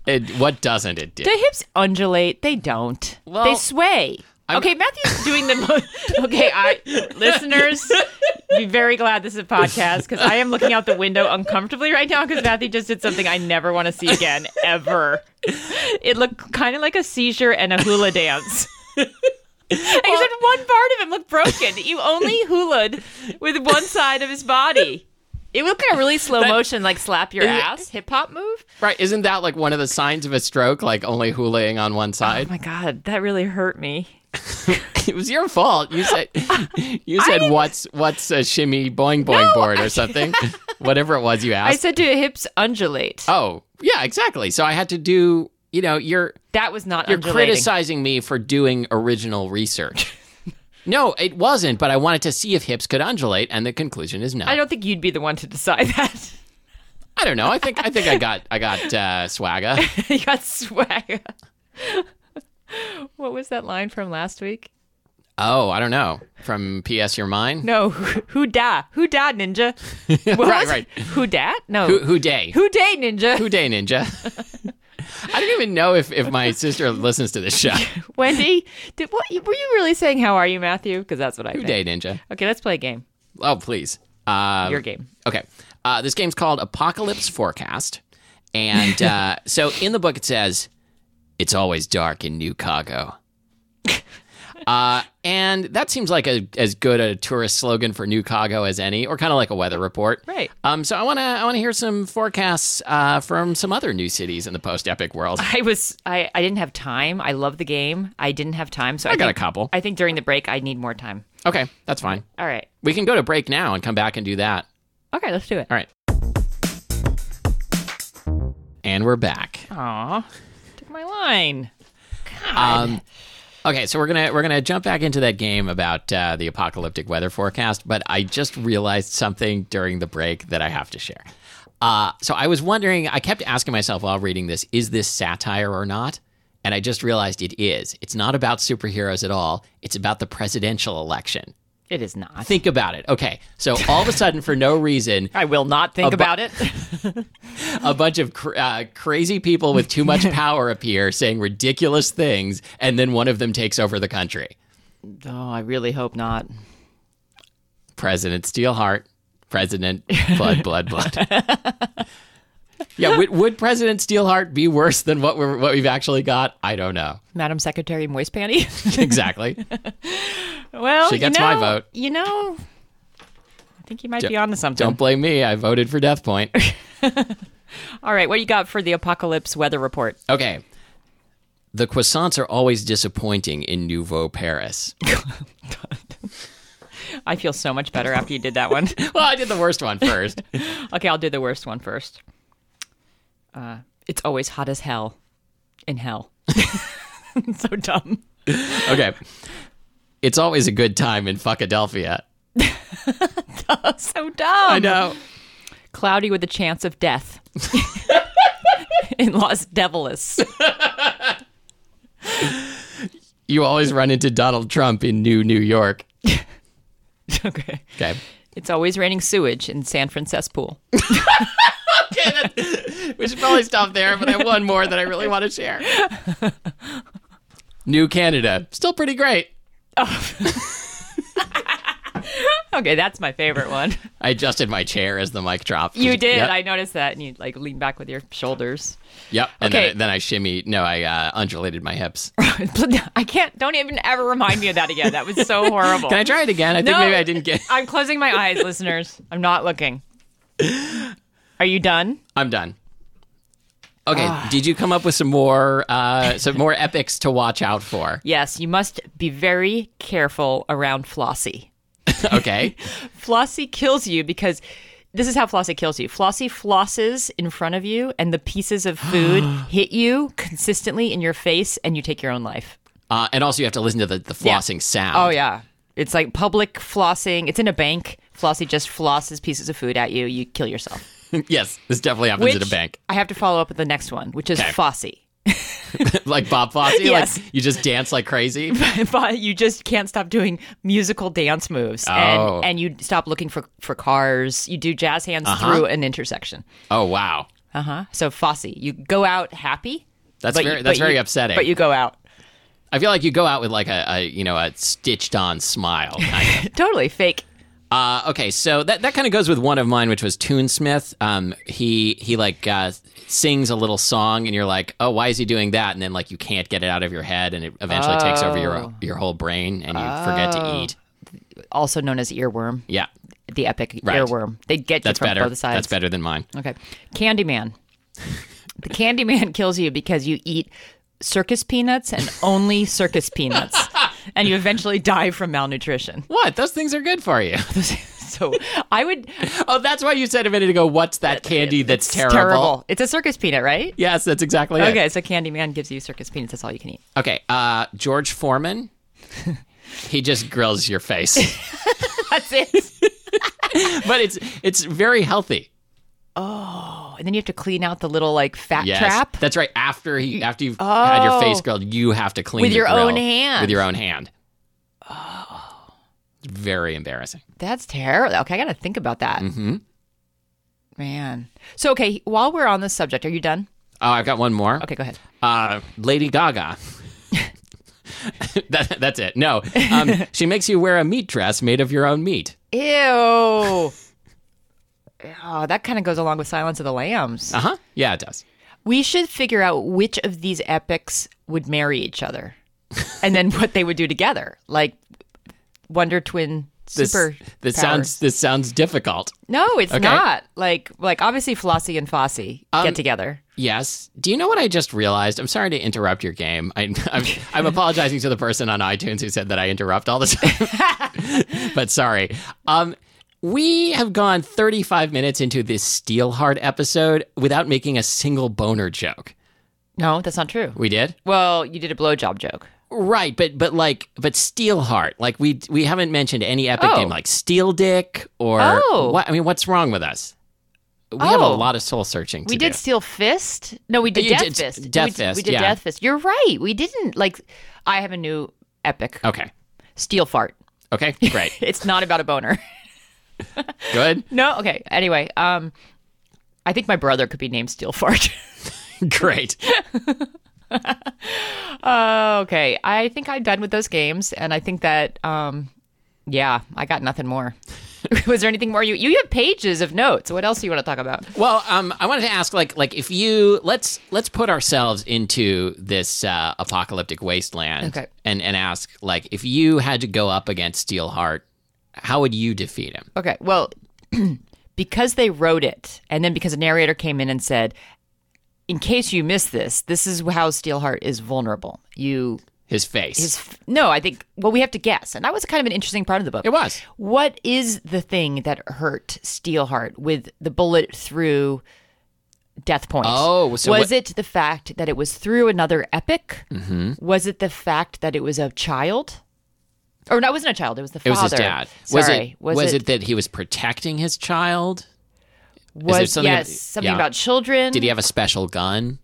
Speaker 1: It, what doesn't it do?
Speaker 2: do hips undulate they don't
Speaker 1: Well,
Speaker 2: they sway okay matthew's doing the most *laughs* okay i listeners be very glad this is a podcast because i am looking out the window uncomfortably right now because matthew just did something i never want to see again ever it looked kind of like a seizure and a hula dance *laughs* Except one part of him looked broken. You only hulaed with one side of his body. It looked like a really slow motion, like slap your ass hip hop move.
Speaker 1: Right? Isn't that like one of the signs of a stroke? Like only hulaing on one side.
Speaker 2: Oh *laughs* my god, that really hurt me.
Speaker 1: it was your fault. You
Speaker 2: *laughs*
Speaker 1: said you said
Speaker 2: didn't-
Speaker 1: what's what's a Shimmy Boing Boing
Speaker 2: No,
Speaker 1: Board
Speaker 2: I-
Speaker 1: or
Speaker 2: *laughs*
Speaker 1: something. Whatever it was you
Speaker 2: I
Speaker 1: asked.
Speaker 2: said do hips undulate.
Speaker 1: oh yeah, exactly. So I had to do. You know, you're
Speaker 2: that was not
Speaker 1: You're
Speaker 2: undulating.
Speaker 1: criticizing me for doing original
Speaker 2: *laughs*
Speaker 1: research. no, it wasn't, but I wanted to see if hips could undulate, and the conclusion is no.
Speaker 2: I
Speaker 1: I don't,
Speaker 2: don't think you'd be the one to decide *laughs* that.
Speaker 1: know. I think I think I got I got uh,
Speaker 2: *laughs*
Speaker 1: swagger.
Speaker 2: you got swag. *laughs* what was that line from last week?
Speaker 1: Oh, I don't know. From PS Your Mind? *laughs*
Speaker 2: No, *laughs* who da? Who da ninja? What
Speaker 1: Right,
Speaker 2: was it?
Speaker 1: right.
Speaker 2: Who dat? No.
Speaker 1: Who, who day?
Speaker 2: Who day ninja?
Speaker 1: Who day
Speaker 2: *laughs*
Speaker 1: ninja? I don't even know if, if my sister listens to this
Speaker 2: *laughs*
Speaker 1: show.
Speaker 2: Wendy, did what? Were you really saying how are you, Matthew? Because that's what I
Speaker 1: Who
Speaker 2: think.
Speaker 1: day ninja?
Speaker 2: Okay, let's play a game.
Speaker 1: Oh, please. Um,
Speaker 2: Your game.
Speaker 1: Okay. Uh, this game's called Apocalypse Forecast. And uh, so in the book, it says, It's always dark in New Cago. Uh, and that seems like a, as good a tourist slogan for New Cago as any, or kind of like a weather report.
Speaker 2: Right.
Speaker 1: Um, so I want to I wanna hear some forecasts uh, from some other new cities in the post epic world.
Speaker 2: I was I, I didn't have time. I love the game. I didn't have time, so I,
Speaker 1: got a
Speaker 2: think-
Speaker 1: couple.
Speaker 2: I think during the break I need more time.
Speaker 1: Okay, that's fine.
Speaker 2: All right.
Speaker 1: We can go to break now and come back and do that.
Speaker 2: Okay, let's do it.
Speaker 1: All right. And we're back.
Speaker 2: Aw. Took my line.
Speaker 1: Um, okay, so we're gonna we're gonna jump back into that game about uh, the apocalyptic weather forecast, but I just realized something during the break that I have to share. Uh, so I was wondering, I kept asking myself while reading this, is this satire or not? And I just realized it is. It's not about superheroes at all. It's about the presidential election.
Speaker 2: It is not.
Speaker 1: Think about it. Okay, so all of a sudden, for no reason,
Speaker 2: I will not think
Speaker 1: bu-
Speaker 2: about it.
Speaker 1: *laughs* a bunch of cr- uh, crazy people with too
Speaker 2: *laughs*
Speaker 1: much power appear, saying ridiculous things, and then one of them takes over the country.
Speaker 2: oh, I really hope not.
Speaker 1: President Steelheart,
Speaker 2: *laughs*
Speaker 1: President Blood, Blood, Blood. yeah, would, would President Steelheart be worse than what we're what we've actually got? I don't know
Speaker 2: Madam Secretary Moist Panty. *laughs*
Speaker 1: exactly.
Speaker 2: well,
Speaker 1: She
Speaker 2: you
Speaker 1: gets my
Speaker 2: know-
Speaker 1: vote.
Speaker 2: You know, think you might be onto something.
Speaker 1: Don't blame me. I voted for Death Point.
Speaker 2: All right, what do you got for the apocalypse weather report?
Speaker 1: Okay. The croissants are always disappointing in Nouveau
Speaker 2: *laughs*
Speaker 1: Paris.
Speaker 2: I feel so much better after you did that one. *laughs*
Speaker 1: well, I did the worst one first.
Speaker 2: okay, I'll do the worst one first. Uh, it's always hot as hell in hell. *laughs* so dumb.
Speaker 1: Okay. It's always a good time in Fuckadelphia.
Speaker 2: So dumb.
Speaker 1: I know.
Speaker 2: Cloudy with a chance of death *laughs* in Los Devilis.
Speaker 1: You always run into Donald Trump in New New York.
Speaker 2: *laughs* okay.
Speaker 1: Okay.
Speaker 2: It's always raining sewage in San Francisco.
Speaker 1: okay that- we should probably stop there, but I have one more that I really want to share. New Canada. Still pretty great.
Speaker 2: Okay, that's my favorite one. *laughs*
Speaker 1: I adjusted my chair as the mic dropped.
Speaker 2: You did.
Speaker 1: Yep.
Speaker 2: I noticed that, and you like lean back with your shoulders. *laughs*
Speaker 1: Yep. And
Speaker 2: Okay.
Speaker 1: then, I, then I shimmy. No, I uh, undulated my hips.
Speaker 2: I can't. Don't even ever remind me of that again. That was *laughs* so horrible.
Speaker 1: Can I try it again? I think
Speaker 2: No.
Speaker 1: maybe I didn't get.
Speaker 2: *laughs* I'm closing my eyes, listeners. I'm not *laughs* looking. Are you done?
Speaker 1: I'm done. Okay. Did you come up with some more uh, some more epics to watch out *laughs* for?
Speaker 2: Yes, you must be very careful around Flossie.
Speaker 1: Okay.
Speaker 2: Flossie kills you because this is how Flossie kills you. Flossie flosses in front of you, and the pieces
Speaker 1: *gasps*
Speaker 2: of food hit you consistently in your face, and you take your own life.
Speaker 1: Uh, and also, you have to listen to the, the flossing sound.
Speaker 2: Oh yeah, it's like public flossing. It's in a bank. Flossie just flosses pieces of food at you. You kill yourself.
Speaker 1: *laughs* yes, this definitely happens at a
Speaker 2: Which
Speaker 1: bank. *laughs*
Speaker 2: I have to follow up with the next one, which is
Speaker 1: Okay.
Speaker 2: Flossie. *laughs*
Speaker 1: like Bob Fosse.
Speaker 2: Yes.
Speaker 1: Like you just dance like
Speaker 2: *laughs*
Speaker 1: crazy.
Speaker 2: but you just can't stop doing musical dance moves
Speaker 1: Oh.
Speaker 2: and and you stop looking for for cars you do jazz hands
Speaker 1: Uh-huh.
Speaker 2: through an intersection
Speaker 1: Oh wow,
Speaker 2: uh-huh so fosse you go out happy
Speaker 1: that's
Speaker 2: but you-
Speaker 1: very that's
Speaker 2: but
Speaker 1: very
Speaker 2: you-
Speaker 1: upsetting.
Speaker 2: but you
Speaker 1: *laughs*
Speaker 2: go out
Speaker 1: I feel like you go out with like a, a you know a stitched on smile. *laughs* kind of.
Speaker 2: totally fake
Speaker 1: uh, okay, so that that kind of goes with one of mine, which was Toonsmith. Um, he he like uh, sings a little song, and you're like, oh, why is he doing that? And then like you can't get it out of your head, and it eventually takes over
Speaker 2: Oh.
Speaker 1: your your whole brain, and you forget to eat.
Speaker 2: also known as earworm
Speaker 1: Yeah,
Speaker 2: the epic
Speaker 1: Right.
Speaker 2: earworm they get
Speaker 1: that's
Speaker 2: you from
Speaker 1: better.
Speaker 2: both sides
Speaker 1: That's better than mine.
Speaker 2: okay candyman the candyman *laughs* kills you because you eat circus peanuts and only circus
Speaker 1: *laughs*
Speaker 2: peanuts and you eventually die from malnutrition *laughs*
Speaker 1: What? Those things are good for you.
Speaker 2: so i would
Speaker 1: oh, that's why you said a minute ago. What's that candy that's
Speaker 2: It's
Speaker 1: *laughs* terrible?
Speaker 2: It's a circus peanut, right?
Speaker 1: Yes, that's exactly it.
Speaker 2: Okay, so Candyman gives you circus peanuts. That's all you can eat.
Speaker 1: Okay, uh, George
Speaker 2: *laughs*
Speaker 1: Foreman. he just grills your face, *laughs*
Speaker 2: That's it.
Speaker 1: but it's it's very healthy.
Speaker 2: Oh, and then you have to clean out the little like fat
Speaker 1: Yes,
Speaker 2: trap.
Speaker 1: that's right. After he after you've had your face
Speaker 2: Oh.
Speaker 1: grilled, you have to clean
Speaker 2: With
Speaker 1: the
Speaker 2: your own
Speaker 1: grill
Speaker 2: hand.
Speaker 1: With your own hand. Oh, very embarrassing.
Speaker 2: That's terrible. Okay, I gotta think about that. Mm-hmm. Man. So okay, while we're on this subject, are you done?
Speaker 1: Oh, I've got one more.
Speaker 2: Okay, go ahead.
Speaker 1: Uh, Lady
Speaker 2: *laughs*
Speaker 1: Gaga. *laughs* that, that's it. No,
Speaker 2: *laughs*
Speaker 1: um, she makes you wear a meat dress made of your own meat.
Speaker 2: Ew. *laughs* oh, that kind of goes along with Silence of the Lambs.
Speaker 1: Uh huh. Yeah, it does.
Speaker 2: We should figure out which of these epics would marry each other, and then what they would do together, like Wonder Twin.
Speaker 1: This,
Speaker 2: Super.
Speaker 1: this sounds this sounds difficult.
Speaker 2: No, it's not. Like like obviously Flossie and Fosse
Speaker 1: Um,
Speaker 2: get together.
Speaker 1: Yes. Do you know what I just realized? I'm sorry to interrupt your game. I, I'm, I'm apologizing to the person on iTunes who said that I interrupt all the time. *laughs* but sorry. Um, we have gone 35 minutes into this Steelheart episode without making a single boner joke.
Speaker 2: No, that's not true.
Speaker 1: We did,
Speaker 2: Well, you did a blowjob joke.
Speaker 1: right? But but like but Steelheart, like we we haven't mentioned any epic
Speaker 2: Oh.
Speaker 1: name like Steel Dick or
Speaker 2: Oh.
Speaker 1: what? I mean, what's wrong with us? We have a
Speaker 2: Oh.
Speaker 1: lot of soul searching. To
Speaker 2: We did
Speaker 1: do.
Speaker 2: Steel Fist. No, we did
Speaker 1: You
Speaker 2: Death
Speaker 1: did
Speaker 2: Fist.
Speaker 1: Death
Speaker 2: we, did-
Speaker 1: Fist,
Speaker 2: We did
Speaker 1: yeah.
Speaker 2: Death Fist. You're right. We didn't like I have a new epic.
Speaker 1: Okay.
Speaker 2: Steel Fart.
Speaker 1: Okay. Great.
Speaker 2: *laughs* It's not about a boner.
Speaker 1: Good.
Speaker 2: no, okay. Anyway, um I think my brother could be named Steel Fart. *laughs*
Speaker 1: Great.
Speaker 2: Oh, okay. I think I'm done with those games and I think that um yeah, I got nothing more. *laughs* Was there anything more you you have pages of notes. What else do you want to talk about?
Speaker 1: Well, um, I wanted to ask, like, like if you let's let's put ourselves into this uh, apocalyptic wasteland,
Speaker 2: Okay.
Speaker 1: and and ask, like, if you had to go up against Steelheart, How would you defeat him?
Speaker 2: Okay. Well, *clears throat* because they wrote it, and then because a narrator came in and said, "In case you missed this, this is how Steelheart is vulnerable." You
Speaker 1: His face.
Speaker 2: his f- no, I think. Well, we have to guess, and that was kind of an interesting part of the book.
Speaker 1: it was.
Speaker 2: What is the thing that hurt Steelheart with the bullet through Death Point?
Speaker 1: Oh, so
Speaker 2: was
Speaker 1: what-
Speaker 2: it the fact that it was through another epic? Mm-hmm. Was it the fact that it was a child? Or no, it wasn't a child. It was the
Speaker 1: It
Speaker 2: father.
Speaker 1: was his dad.
Speaker 2: Sorry.
Speaker 1: Was it, was it, that he was protecting his child? there
Speaker 2: was-
Speaker 1: something-
Speaker 2: yes something
Speaker 1: yeah.
Speaker 2: about children?
Speaker 1: Did he have a special gun?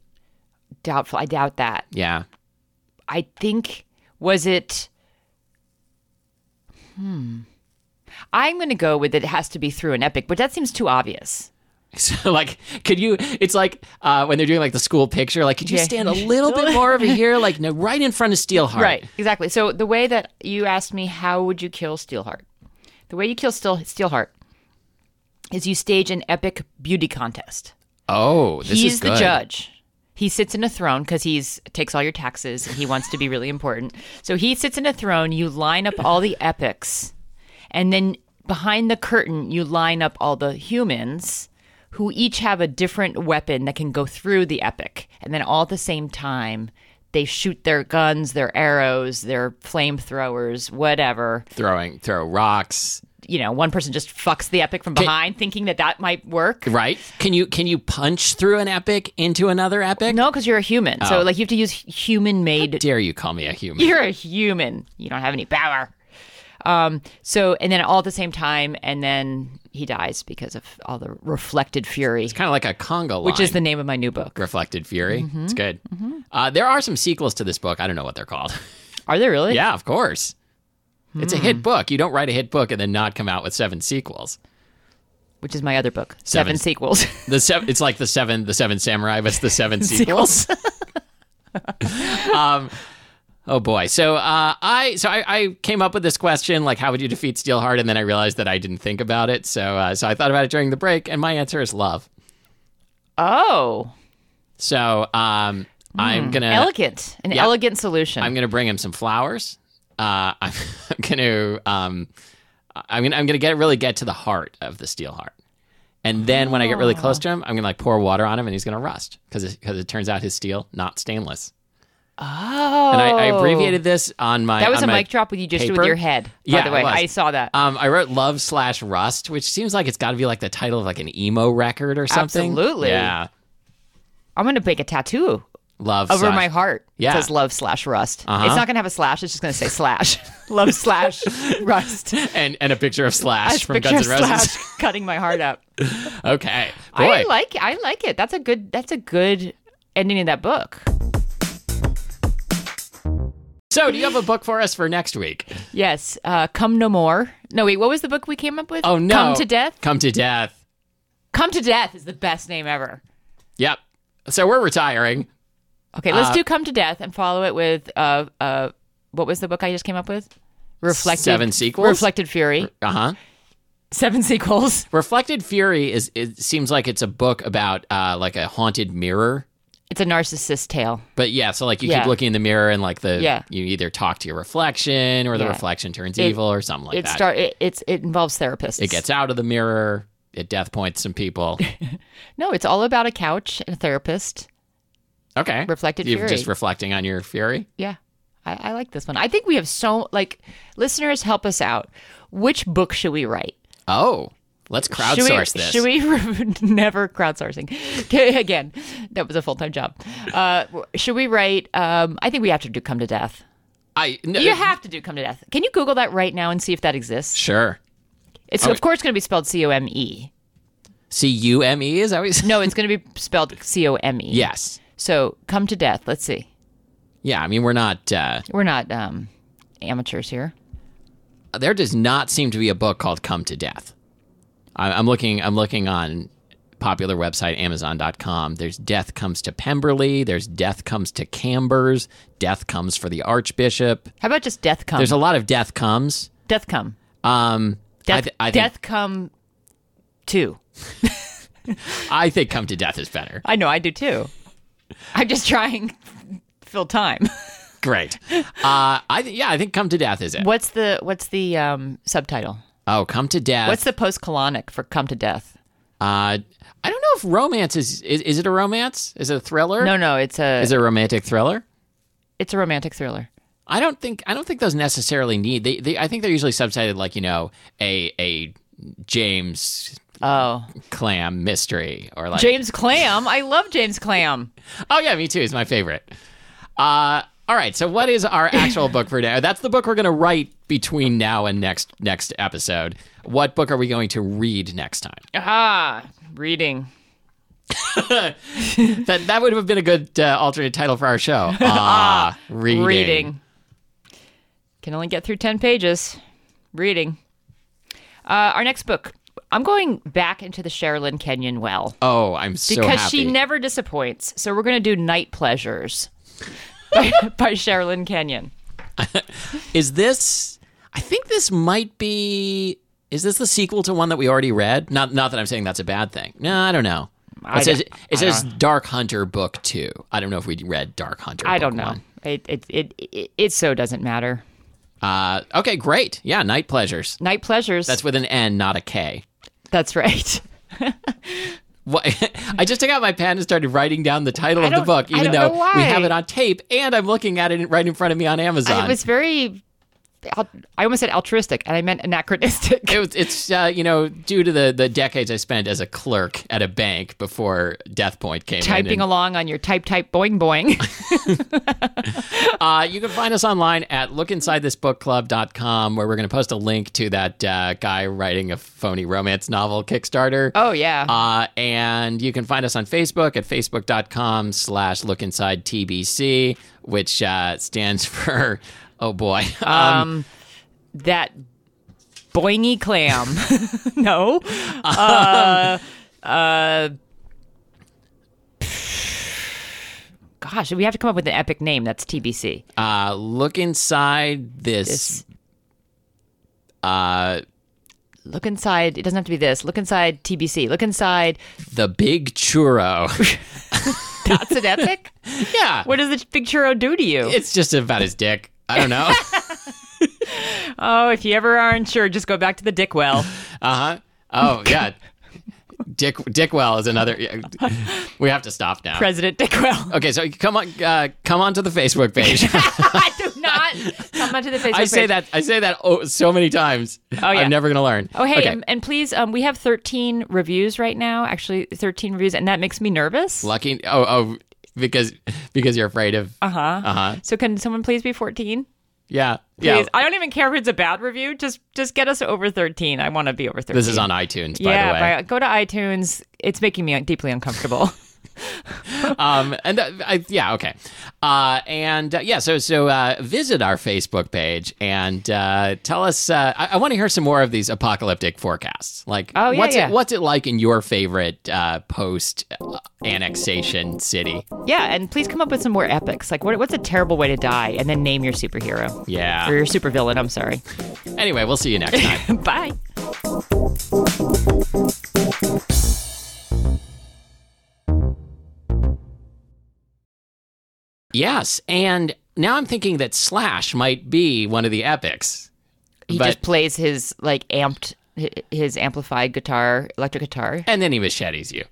Speaker 2: doubtful? I doubt that.
Speaker 1: Yeah. *laughs*
Speaker 2: I think was it. Hmm. I'm going to go with it has to be through an epic, but that seems too obvious.
Speaker 1: So like, could you? It's like uh, when they're doing like the school picture. Like, could you
Speaker 2: Yeah. *laughs*
Speaker 1: stand a little bit more over here? Like, no, right in front of Steelheart.
Speaker 2: Right, exactly. So the way that you asked me, how would you kill Steelheart? The way you kill Steel- Steelheart is you stage an epic beauty contest.
Speaker 1: Oh, this
Speaker 2: he's
Speaker 1: is
Speaker 2: the
Speaker 1: good.
Speaker 2: judge. He sits in a throne because he's takes all your taxes. And he wants to be really important, so he sits in a throne. You line up all the epics, and then behind the curtain, you line up all the humans who each have a different weapon that can go through the epic, and then all at the same time. They shoot their guns, their arrows, their flamethrowers, whatever.
Speaker 1: Throwing throw rocks.
Speaker 2: You know, one person just fucks the epic from behind, thinking that that might work.
Speaker 1: Right? Can you can you punch through an epic into another epic?
Speaker 2: No, because you're a human, so like you have to use human-made
Speaker 1: Oh. Dare you call me a human?
Speaker 2: you're a human. You don't have any power. Um, so, and then all at the same time, and then he dies because of all the reflected fury,
Speaker 1: Kind of like a Congo line.
Speaker 2: which is the Mm-hmm. name of my new book.
Speaker 1: Reflected Fury. It's good. Uh, there are some sequels to this book. I don't know what they're called. *laughs*
Speaker 2: Are there really?
Speaker 1: yeah, of course. It's a
Speaker 2: Hmm.
Speaker 1: hit book. You don't write a hit book and then not come out with seven sequels.
Speaker 2: Which is my other book,
Speaker 1: Seven.
Speaker 2: Seven, Sequels.
Speaker 1: The seven, it's like the seven, the seven samurai, but it's the
Speaker 2: *laughs*
Speaker 1: seven *laughs* sequels. um, oh boy. So uh, I, so I, I came up with this question, like, how would you defeat Steelheart? And then I realized that I didn't think about it. So, uh, so I thought about it during the break, and my answer is love.
Speaker 2: oh,
Speaker 1: So, um, I'm gonna
Speaker 2: Hmm. elegant. An elegant solution.
Speaker 1: I'm gonna bring him some flowers. Uh, *laughs* I'm, I'm gonna um, I'm gonna I'm gonna get really get to the heart of the steel heart, and then when I get really close
Speaker 2: Ah.
Speaker 1: to him, I'm gonna like pour water on him, and he's gonna rust because because it, turns out his steel not stainless.
Speaker 2: oh.
Speaker 1: And I, I abbreviated this on my
Speaker 2: That was
Speaker 1: on
Speaker 2: a
Speaker 1: my
Speaker 2: mic drop with you just
Speaker 1: paper.
Speaker 2: with your head, by
Speaker 1: Yeah,
Speaker 2: the
Speaker 1: it
Speaker 2: way.
Speaker 1: was.
Speaker 2: I saw that.
Speaker 1: Um, I wrote love slash rust, which seems like it's got to be like the title of like an emo record or something.
Speaker 2: Absolutely.
Speaker 1: yeah.
Speaker 2: I'm going to make a tattoo
Speaker 1: Love
Speaker 2: over
Speaker 1: slash- *laughs*
Speaker 2: my heart.
Speaker 1: Yeah. Uh-huh.
Speaker 2: It says love slash rust. It's not going to have a slash. It's just going to say slash. *laughs* love slash
Speaker 1: *laughs*
Speaker 2: rust.
Speaker 1: and and a picture of Slash from
Speaker 2: picture
Speaker 1: Guns N' Roses. *laughs*
Speaker 2: slash *laughs* cutting my heart out.
Speaker 1: Okay, *laughs* boy,
Speaker 2: I like I like it. That's a good that's a good ending of that book.
Speaker 1: So, do you have a book for us for next week?
Speaker 2: Yes, uh, come no more. No wait, what was the book we came up with?
Speaker 1: Oh no!
Speaker 2: come to death.
Speaker 1: Come to death.
Speaker 2: Come to death is the best name ever.
Speaker 1: Yep. So we're retiring.
Speaker 2: Okay,
Speaker 1: Uh,
Speaker 2: let's do come to death and follow it with uh uh what was the book I just came up with? Reflected
Speaker 1: Seven sequels?
Speaker 2: Reflected Fury.
Speaker 1: Uh huh.
Speaker 2: Seven *laughs* sequels.
Speaker 1: Reflected Fury is. It seems like it's a book about uh, like a haunted mirror.
Speaker 2: It's a narcissist tale.
Speaker 1: But yeah, so like you
Speaker 2: Yeah.
Speaker 1: keep looking in the mirror and like the
Speaker 2: Yeah.
Speaker 1: you either talk to your reflection or the
Speaker 2: Yeah.
Speaker 1: reflection turns
Speaker 2: It-
Speaker 1: evil or something like
Speaker 2: It
Speaker 1: that.
Speaker 2: start it, it's it involves therapists.
Speaker 1: it gets out of the mirror. It death points some
Speaker 2: *laughs*
Speaker 1: people.
Speaker 2: No, it's all about a couch and a therapist.
Speaker 1: Okay.
Speaker 2: Reflected
Speaker 1: You're
Speaker 2: Fury.
Speaker 1: just reflecting on your fury.
Speaker 2: Yeah. I, I like this one. I think we have so like listeners help us out. Which book should we write?
Speaker 1: Oh, let's
Speaker 2: Should we- *laughs*
Speaker 1: crowdsource this.
Speaker 2: Should we never crowdsourcing? Okay, Again, that was a full time job. Uh, should we write? Um, I think we have to do "Come to Death."
Speaker 1: I no,
Speaker 2: You have to do "Come to Death." Can you Google that right now and see if that exists?
Speaker 1: sure.
Speaker 2: It's of course going to be spelled C O M E.
Speaker 1: C U M E is always
Speaker 2: No, it's going to be spelled C O M E.
Speaker 1: yes.
Speaker 2: So "Come to Death." Let's see.
Speaker 1: Yeah, I mean we're not. Uh,
Speaker 2: We're not um, amateurs here.
Speaker 1: there does not seem to be a book called Come to Death. I- I'm looking. I'm looking on popular website Amazon.com. There's Death Comes to Pemberley. There's Death Comes to Cambers. Death Comes for the Archbishop.
Speaker 2: How about just "Death Come"?
Speaker 1: There's a lot of Death Comes.
Speaker 2: "Death Come."
Speaker 1: Um,
Speaker 2: Death,
Speaker 1: I, th- I think
Speaker 2: death come too.
Speaker 1: I think Come to Death is better.
Speaker 2: I know I do too. I'm just trying *laughs* to fill time. *laughs*
Speaker 1: Great. Uh, I th- yeah, I think Come to Death is it.
Speaker 2: What's the what's the um, subtitle?
Speaker 1: Oh, come to death.
Speaker 2: What's the postcolonic for come to death?
Speaker 1: Uh, I don't know if romance is, is is it a romance? Is it a thriller?
Speaker 2: No, no, it's a
Speaker 1: Is it a romantic thriller?
Speaker 2: it's a romantic thriller.
Speaker 1: I don't think I don't think those necessarily need. They, they I think they're usually subtitled like you know a a James
Speaker 2: Oh,
Speaker 1: Clam mystery or like
Speaker 2: James Clam. I love James Clam.
Speaker 1: oh yeah me too is my favorite. Uh, all right, so what is our actual book for now? That's the book we're going to write between now and next next episode. What book are we going to read next time?
Speaker 2: Ah, reading.
Speaker 1: That that would have been a good uh, alternate title for our
Speaker 2: *laughs*
Speaker 1: show. Ah, reading.
Speaker 2: Reading. Can only get through 10 pages. Reading. Uh, our next book. I'm going back into the Sherilyn Kenyon well
Speaker 1: Oh, I'm so
Speaker 2: because
Speaker 1: happy.
Speaker 2: she never disappoints. So we're going to do Night Pleasures *laughs* by, by Sherilyn Kenyon.
Speaker 1: Is this? I think this might be. Is this the sequel to one that we already read? Not, not that I'm saying that's a bad thing. No, I don't know.
Speaker 2: I
Speaker 1: It says,
Speaker 2: don't-
Speaker 1: it says Dark Hunter Book Two. I don't know if we read Dark Hunter.
Speaker 2: I
Speaker 1: book
Speaker 2: don't know.
Speaker 1: one.
Speaker 2: It, it, it, it, it so doesn't matter.
Speaker 1: Uh, okay, great. Yeah, Night Pleasures.
Speaker 2: Night Pleasures.
Speaker 1: That's with an N, not a K.
Speaker 2: *laughs* That's right.
Speaker 1: What? *laughs* I just took out my pen and started writing down the title of the
Speaker 2: don't-
Speaker 1: book,
Speaker 2: I
Speaker 1: even
Speaker 2: don't
Speaker 1: though
Speaker 2: know
Speaker 1: we
Speaker 2: why.
Speaker 1: have it on tape, and I'm looking at it right in front of me on Amazon.
Speaker 2: It was very. al- I almost said altruistic, and I meant anachronistic.
Speaker 1: It was, it's uh, you know due to the, the decades I spent as a clerk at a bank before Death Point came in.
Speaker 2: *laughs* Typing
Speaker 1: and-
Speaker 2: along on your type type
Speaker 1: *laughs*
Speaker 2: boing boing.
Speaker 1: Uh, you can find us online at lookinsidethisbookclub.com where we're going to post a link to that uh, guy writing a phony romance novel Kickstarter.
Speaker 2: Oh yeah.
Speaker 1: Uh, and you can find us on Facebook at facebook.com slash lookinsidetbc, which uh, stands *laughs* for, oh boy,
Speaker 2: Uh.
Speaker 1: um,
Speaker 2: that boingy clam. *laughs* no. Uh, uh, gosh, we have to come up with an epic name. That's TBC.
Speaker 1: uh, look inside this.
Speaker 2: It's- uh, Look inside. It doesn't have to be this. Look inside TBC. Look inside.
Speaker 1: the big churro. *laughs*
Speaker 2: That's an epic.
Speaker 1: yeah.
Speaker 2: What does the big churro do to you?
Speaker 1: It's just about his dick. I don't
Speaker 2: *laughs*
Speaker 1: know.
Speaker 2: oh, if you ever aren't sure, just go back to the
Speaker 1: *laughs*
Speaker 2: dick well.
Speaker 1: Uh huh. Oh yeah. Dick Dickwell is another. yeah. We have to stop now.
Speaker 2: President Dick Well.
Speaker 1: Okay, so come on, uh, come on to the Facebook page.
Speaker 2: *laughs* I
Speaker 1: *laughs*
Speaker 2: do not come onto the Facebook.
Speaker 1: I say
Speaker 2: page.
Speaker 1: that I say that oh, so many times. Oh
Speaker 2: yeah.
Speaker 1: I'm never gonna learn.
Speaker 2: Oh, hey,
Speaker 1: okay.
Speaker 2: and, and please, um, we have 13 reviews right now, actually 13 reviews, and that makes me nervous.
Speaker 1: lucky. Oh oh, because because you're afraid of. uh-huh.
Speaker 2: Uh huh. Uh huh. So can someone please be 14? Please.
Speaker 1: Yeah yeah.
Speaker 2: I don't even care if it's a bad review. Just just get us over 13. I want to be over 13.
Speaker 1: This is on iTunes, by
Speaker 2: yeah,
Speaker 1: the way.
Speaker 2: by- go to iTunes. It's making me deeply uncomfortable. *laughs*
Speaker 1: um, and uh, I, yeah, okay. Uh, and uh, yeah, so so uh, visit our Facebook page and uh, tell us. Uh, I, I want to hear some more of these apocalyptic forecasts. Like,
Speaker 2: Oh, yeah,
Speaker 1: what's
Speaker 2: yeah.
Speaker 1: it what's it like in your favorite uh, post annexation city?
Speaker 2: yeah, and please come up with some more epics. Like, what, what's a terrible way to die? And then name your superhero or
Speaker 1: Yeah.
Speaker 2: your supervillain.
Speaker 1: *laughs*
Speaker 2: I'm sorry.
Speaker 1: Anyway, we'll see you next
Speaker 2: *laughs*
Speaker 1: time.
Speaker 2: Bye.
Speaker 1: yes, and now I'm thinking that Slash might be one of the epics.
Speaker 2: He
Speaker 1: But-
Speaker 2: just plays his like amped hi- his amplified guitar, electric guitar.
Speaker 1: and then he machetes you.